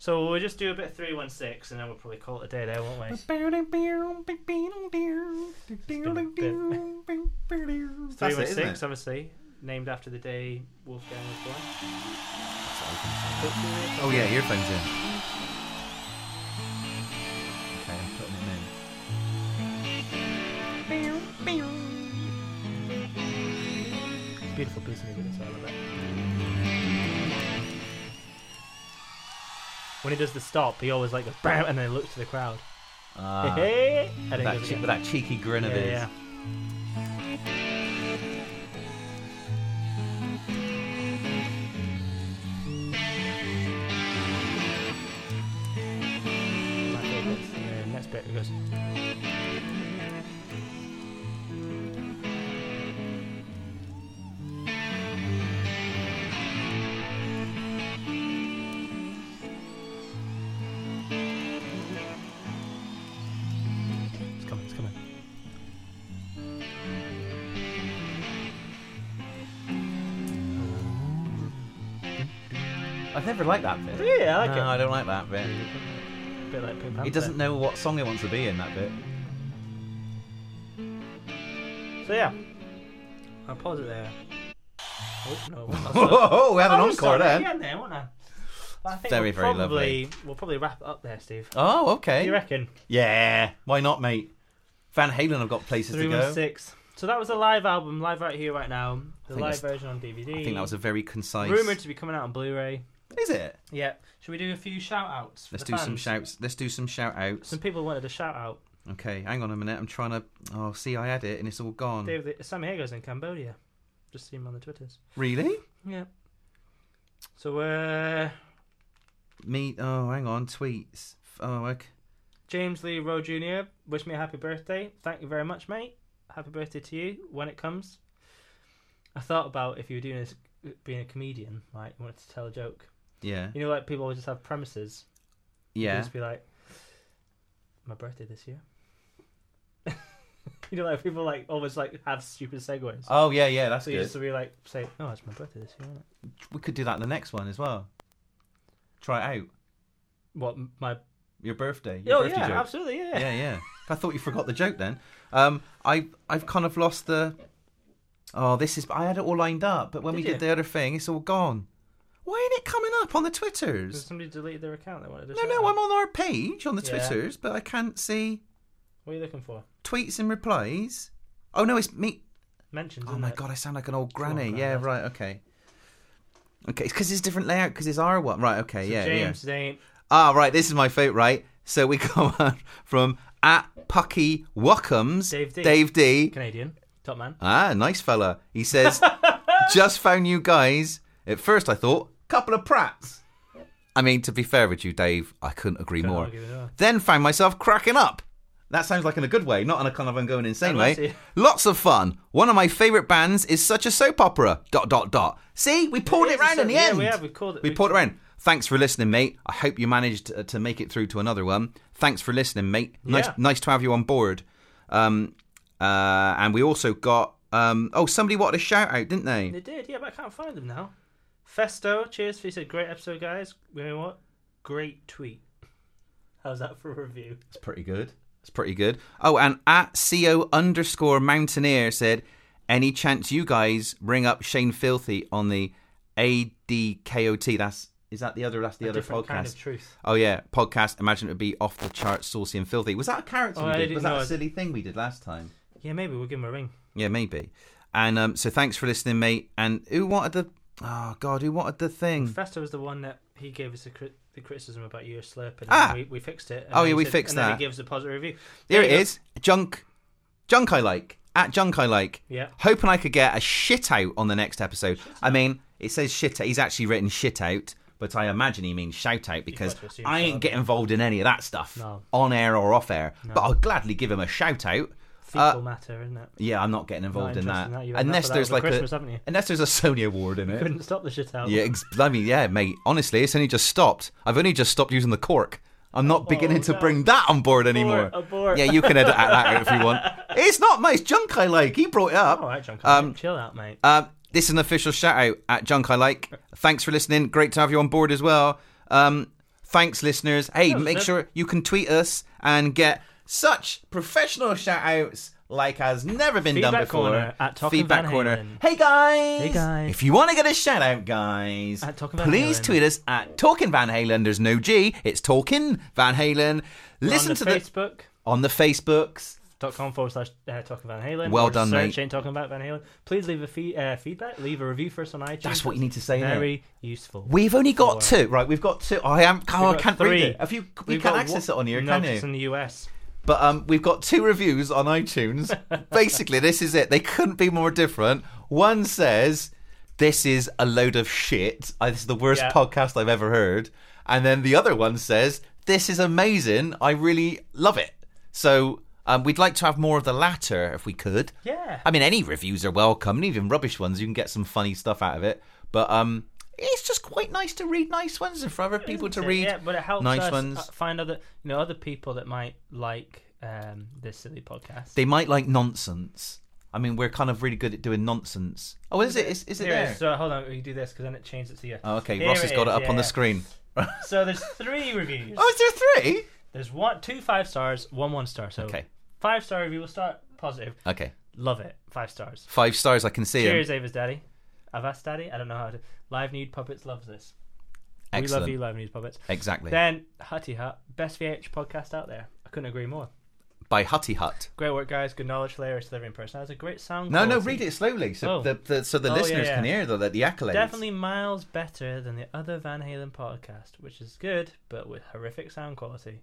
So we'll just do a bit of 316 and then we'll probably call it a day there, won't we?
That's it,
316,
isn't it?
oh obviously, named after the day Wolfgang was born.
Oh yeah, earphones in. Okay, I'm putting them in.
Beautiful piece of music as well, I love it. When he does the stop, he always like goes bam and then looks to the crowd.
Ah,
hey, hey. And then
that
goes
che-
again.
with that cheeky grin of
yeah,
his.
yeah. My favourite. Yeah, next bit it goes. It's coming, it's coming.
I've never liked that bit.
Really? I like
no,
it.
I don't like that bit.
bit like Pink Panther.
He doesn't know what song he wants to be in that bit.
So yeah, I'll pause it there. Oh no!
Oh, we had an
I'll
encore
start it
then.
again there, won't I? Well, I think
Very,
we'll
very
probably,
lovely.
We'll probably wrap it up there, Steve.
Oh,
You
okay.
reckon?
Yeah, why not, mate? Van Halen, I've got places
Three
to go.
one six. So that was a live album, live right here, right now. The
think
live
it's-
version on DVD.
I think that was a very concise.
rumored to be coming out on Blu-ray.
Is it?
Yeah. Should we do a few shout outs?
Let's do some shouts. Let's do some shout outs.
Some people wanted a shout out.
Okay, hang on a minute. I'm trying to. Oh, see, I had it and it's all gone.
David, Sammy Hagar's in Cambodia. Just see him on the Twitters.
Really?
Yeah. So uh,
Me? Oh, hang on. Tweets. Oh, okay.
James Lee Rowe Jr. Wish me a happy birthday. Thank you very much, mate. Happy birthday to you when it comes. I thought about if you were doing this, being a comedian, like you wanted to tell a joke.
Yeah.
You know, like people always just have premises. You
Yeah.
Just be like, my birthday this year. you know, like people like always like have stupid segues.
Oh, yeah, yeah. That's
so you
good.
just be like, say, oh, it's my birthday this year. Isn't it?
We could do that in the next one as well. Try it out.
What my?
Your birthday. Your
Oh
birthday
yeah,
joke.
absolutely, yeah.
Yeah, yeah. I thought you forgot the joke then. Um, I I've kind of lost the. Oh, this is. I had it all lined up, but when we
Did
did
you?
the other thing, it's all gone. Why ain't it coming up on the
Because
Twitters?
Somebody deleted their account. They wanted to
No,
shout
no,
out.
I'm on our page on the
Yeah.
Twitters, but I can't see
What are you looking for?
tweets and replies. Oh no, it's me.
Mentions.
Oh
isn't
my
it?
god, I sound like an old granny.
granny.
yeah, right. Okay. Okay, it's because it's different layout. Because it's our one. Right. Okay. yeah. yeah.
James Dane.
Ah, right. This is my favourite. Right. So we come on from at Pucky Wackums,
Dave D.
Dave D.
Canadian top man.
Ah, nice fella. He says, just found you guys. At first, I thought, couple of prats. I mean, to be fair with you, Dave, I couldn't agree more.
argue with that.
Then found myself cracking up. That sounds like in a good way, not in a kind of I'm going insane
Oh, I see.
way. Lots of fun. One of my favourite bands is such a soap opera. Dot dot dot. See, we pulled
It is
it,
a
round in
soap-
the
yeah,
end.
we have. We called it-
We
we-
pulled it round. Thanks for listening, mate. I hope you managed uh, to make it through to another one. Thanks for listening, mate. Nice,
Yeah.
nice to have you on board. Um, uh, and we also got um, oh somebody wanted a shout out, didn't
They
they?
did, yeah, but I can't find them now. Festo, cheers for you. Said great episode, guys. You know what? Great tweet. How's that for a review?
It's pretty good. It's pretty good. Oh, and at co underscore mountaineer said, any chance you guys bring up Shane Filthy on the ADKOT? That's is that the other? That's the
A
other
different
podcast.
kind of truth.
Oh yeah, podcast. Imagine it would be off the charts, saucy and filthy. Was that a character
Oh,
we
I
did?
didn't
Was that
know
a
it.
silly thing we did last time?
Yeah, maybe we'll give him a ring.
Yeah, maybe. And um, so thanks for listening, mate. And who wanted the? Oh God, who wanted the thing?
Festa was the one that he gave us the, crit- the criticism about your slurp, and
Ah.
we, we fixed it. and
Oh,
then
yeah,
he
we
said-
fixed
and Then
that.
he gives a positive review.
There
you
it
go.
is. Junk, junk. I like at junk. I like.
Yeah.
Hoping I could get a shit out on the next episode. I mean, it says shit. out. He's actually written shit out, but I imagine he means shout out because
to assume
I
so,
ain't get involved in any of that stuff
No.
on air or off air. But I'll gladly give him a shout out. Uh,
Fecal matter, isn't it?
Yeah, I'm not getting involved in
interested
that.
in that. You had enough
Unless
of that
there's
over
like
Christmas,
a
haven't you?
unless there's a Sony award in it.
Couldn't stop the shit out.
Yeah, ex- I mean, yeah, mate. Honestly, it's only just stopped. I've only just stopped using the cork. I'm not beginning to
Oh, no.
bring that on board anymore.
abort.
Yeah, you can edit that out if you want. It's not nice junk I like. He brought it up.
All right, John, chill out, mate.
Um, this is an official shout out at Junk I Like. Thanks for listening. Great to have you on board as well. Um, thanks, listeners. Hey, make
no-
sure you can tweet us and get such professional shout outs like has never been done
Feedback
before.
corner at Talking
Feedback
Van
corner.
Halen.
Hey guys!
Hey, guys.
If you want to get a shout out, guys,
At Talking Van
please
Halen.
tweet us at Talking Van Halen. There's no G. It's Talking Van Halen. Listen
on
to
the
the
Facebook.
on the Facebooks.
dot com forward slash uh, talking Van Halen.
Well
or
done,
search
mate.
Ain't talking about Van Halen. Please leave a fee- uh, feedback, leave a review for us on iTunes.
That's what you need to say. innit?
Very useful.
We've only got
Four.
two, right? We've got two. I am. Oh, I
got
can't
three.
read it. Have you? We
We've
can't
got
access
one-
it on here,
no,
can
'cause
you?
It's in the US.
But um, we've got two reviews on iTunes. Basically, this is it. They couldn't be more different. One says, "This is a load of shit. I, this is the worst
Yeah.
podcast I've ever heard." And then the other one says, "This is amazing. I really love it." So um, we'd like to have more of the latter, if we could.
Yeah.
I mean, any reviews are welcome, and even rubbish ones. You can get some funny stuff out of it. But um, it's just quite nice to read nice ones and for other people to
So,
read
yeah, but it helps
nice
us
ones.
uh, find other you know other people that might like um, this silly podcast.
they might like nonsense. I mean, we're kind of really good at doing nonsense. Oh, is it? Is, is it
Here it
there?
is. So hold on, we do this because then it changes it to you.
Oh, okay.
Here
Ross has got it
is,
up on the
yeah.
screen.
So there's three reviews.
Oh, is there three?
There's one, two five stars, one one star. So
Okay.
five star review. We'll start positive.
Okay,
Love it. Five stars.
five stars. I can see
Cheers,
him.
Ava's daddy. Avast daddy. I don't know how to. Live nude puppets loves this. We
Excellent.
love you, live nude puppets.
Exactly.
Then Hutty Hut, best VH podcast out there. I couldn't agree more.
By Hutty Hut.
Great work, guys. Good knowledge layer. It's delivering personality. Great sound.
No, no.
quality.
Read it slowly, so
Oh.
the, the so the
Oh, yeah,
listeners
yeah.
can hear the, the accolades.
Definitely miles better than the other Van Halen podcast, which is good, but with horrific sound quality.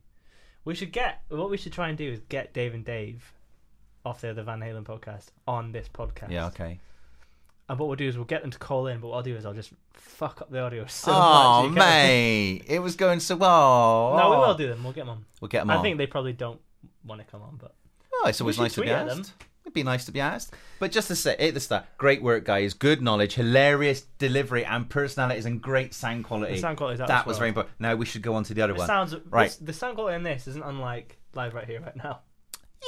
We should get what we should try and do is get Dave and Dave off the other Van Halen podcast on this podcast.
Yeah. Okay.
And what we'll do is we'll get them to call in, but what I'll do is I'll just fuck up the audio so
oh
much. you can't-
mate, it was going so well.
No, we will do them. We'll get them on.
We'll get them
I
on.
think they probably don't want to come on, but
Oh, it's always
should
nice to be
tweet at
asked.
them.
It'd be nice to be asked. But just to say at the start, great work, guys. Good knowledge, hilarious delivery, and personalities, and great sound quality.
The sound quality's out
that
as
was
well.
very important. Now we should go on to the other
it
one.
sounds
right.
this- The sound quality in this isn't unlike live right here, right now.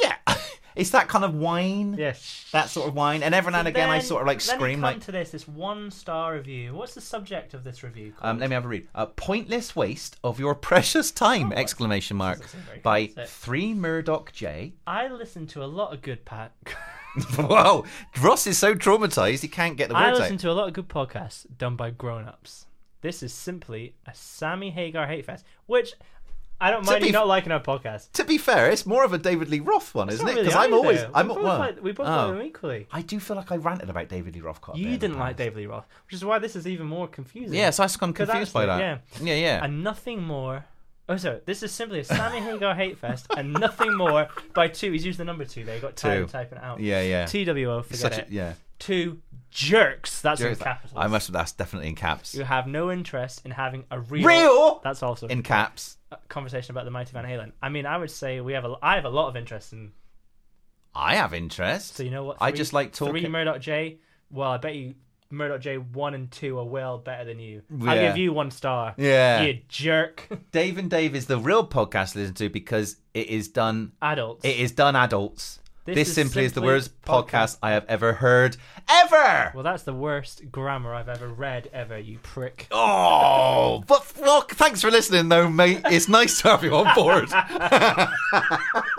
Yeah, it's that kind of whine.
Yes.
That sort of whine, and every now and again, I
Then-
sort of like
then
scream
you come
like.
to this this one star review. What's the subject of this review? Called?
Um, let me have a read. A pointless waste of your precious
Oh,
time! exclamation mark
doesn't seem very
by
convincing.
three Murdoch J.
I listen to a lot of good pat.
Whoa, Ross is so traumatized he can't get the
I
words
listen
out.
to a lot of good podcasts done by grown ups. This is simply a Sammy Hagar hate fest, which I don't mind
be
you
f-
not liking our podcast.
To be fair, it's more of a David Lee Roth one,
It's
isn't
not
it?
really
Because I'm
either.
always I'm
we
at
both
one.
like- we both
Oh.
like them equally.
I do feel like I ranted about David Lee Roth. quite a bit
You
in the
didn't like
past.
David Lee Roth, which is why this is even more confusing.
Yeah, so I'm confused
'Cause
by that.
actually,
yeah, yeah.
and nothing more. Oh, sorry. This is simply a Sammy Hagar hate fest and nothing more by two. He's used the number two there. He got time
Two.
typing it out.
yeah, yeah.
TWO, forget
Such a,
it.
yeah.
Two jerks. That's in capitals.
I must. That's definitely in caps.
You have no interest in having a real.
Real?
That's also
In caps.
a conversation about the mighty Van Halen. I mean, I would say we have a. I have a lot of interest in.
I have interest.
So you know what?
I
Three-
just like
Three
talking.
Murdoch J. Well, I bet you Murdoch J one and two are well better than you. I'll
Yeah.
give you one star.
Yeah.
You jerk.
Dave and Dave is the real podcast to listen to because it is done.
Adults.
It is done adults. This, simply is the worst podcast I have ever heard, ever.
Well, that's the worst grammar I've ever read ever. You prick.
Oh, but well, thanks for listening, though, mate. It's nice to have you on board.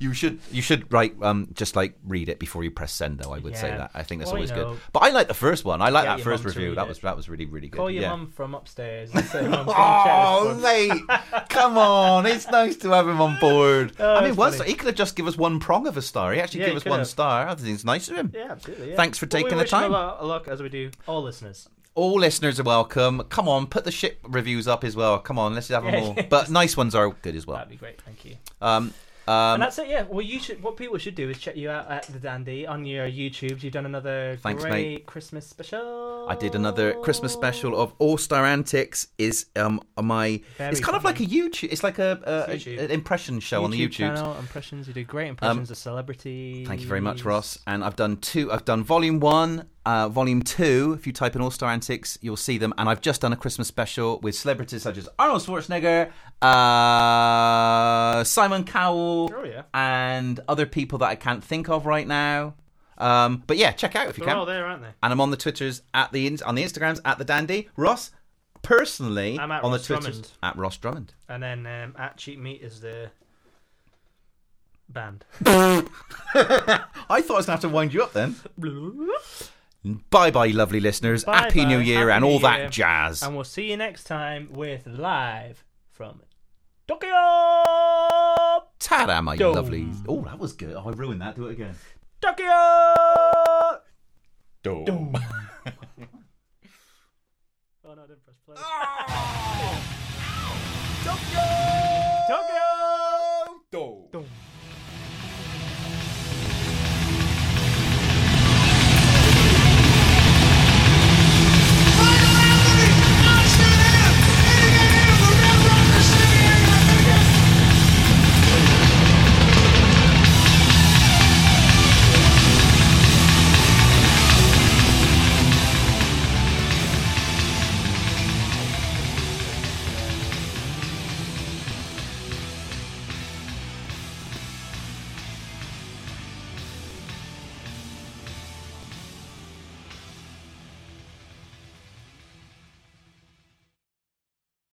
you should you should write um just like read it before you press send, though. I would say
Yeah.
that. I think that's
Well,
always
you know.
good. But I like the first one. I like
Get
that
your
first
mum to
review.
read
That
it.
was that was really really good.
Call your
yeah.
mum from upstairs. And say, mum,
Oh,
oh,
mate, come on! It's nice to have him on board.
Oh,
I mean,
it's
one
funny.
star, he could have just give us one prong of a star. He actually
Yeah,
gave
he
us
could
one
have.
star. I think it's nice of him.
Yeah, absolutely. yeah.
Thanks for
Well, we
taking the
wish them
time.
A lot of luck, as we do all listeners.
All listeners are welcome. Come on, put the ship reviews up as well. Come on, let's have them
Yeah,
all.
yeah.
But nice ones are good as well.
That'd be great. Thank you.
Um,
and
um,
that's it. Yeah. Well, you should. What people should do is check you out at the Dandy on your YouTubes. You've done another
Thanks,
great
mate.
Christmas special.
I did another Christmas special of All Star Antics. Is um my
Very
it's kind of
funny.
like a YouTube. It's like a, a,
It's YouTube.
an impression show on the YouTube. Um,
channel impressions. You did great impressions of celebrities.
Thank you very much, Ross. And I've done two. I've done volume one, uh, volume two. If you type in All Star Antics, you'll see them. And I've just done a Christmas special with celebrities such as Arnold Schwarzenegger, uh, Simon Cowell,
Oh, yeah.
and other people that I can't think of right now. Um, but yeah, check out if you
They're
can.
all there, aren't they?
And I'm on the Twitters at the ins- on the Instagrams at the Dandy Ross. Personally,
I'm at
on
Ross
the Twitters
Drummond.
at Ross Drummond.
And then um, at Cheap Meat is the band.
I thought I was gonna have to wind you up then. Bye bye, lovely listeners.
Bye
Happy
bye.
New Year
Happy
and
New
all
Year.
that jazz.
and we'll see you next time with live from Tokyo.
Ta-da, my
Dome.
lovely. Oh, that was good. Oh, I ruined that. Do it again.
Tokyo.
Dome.
Oh no, I didn't press play. Tokyo! Tokyo! Dome.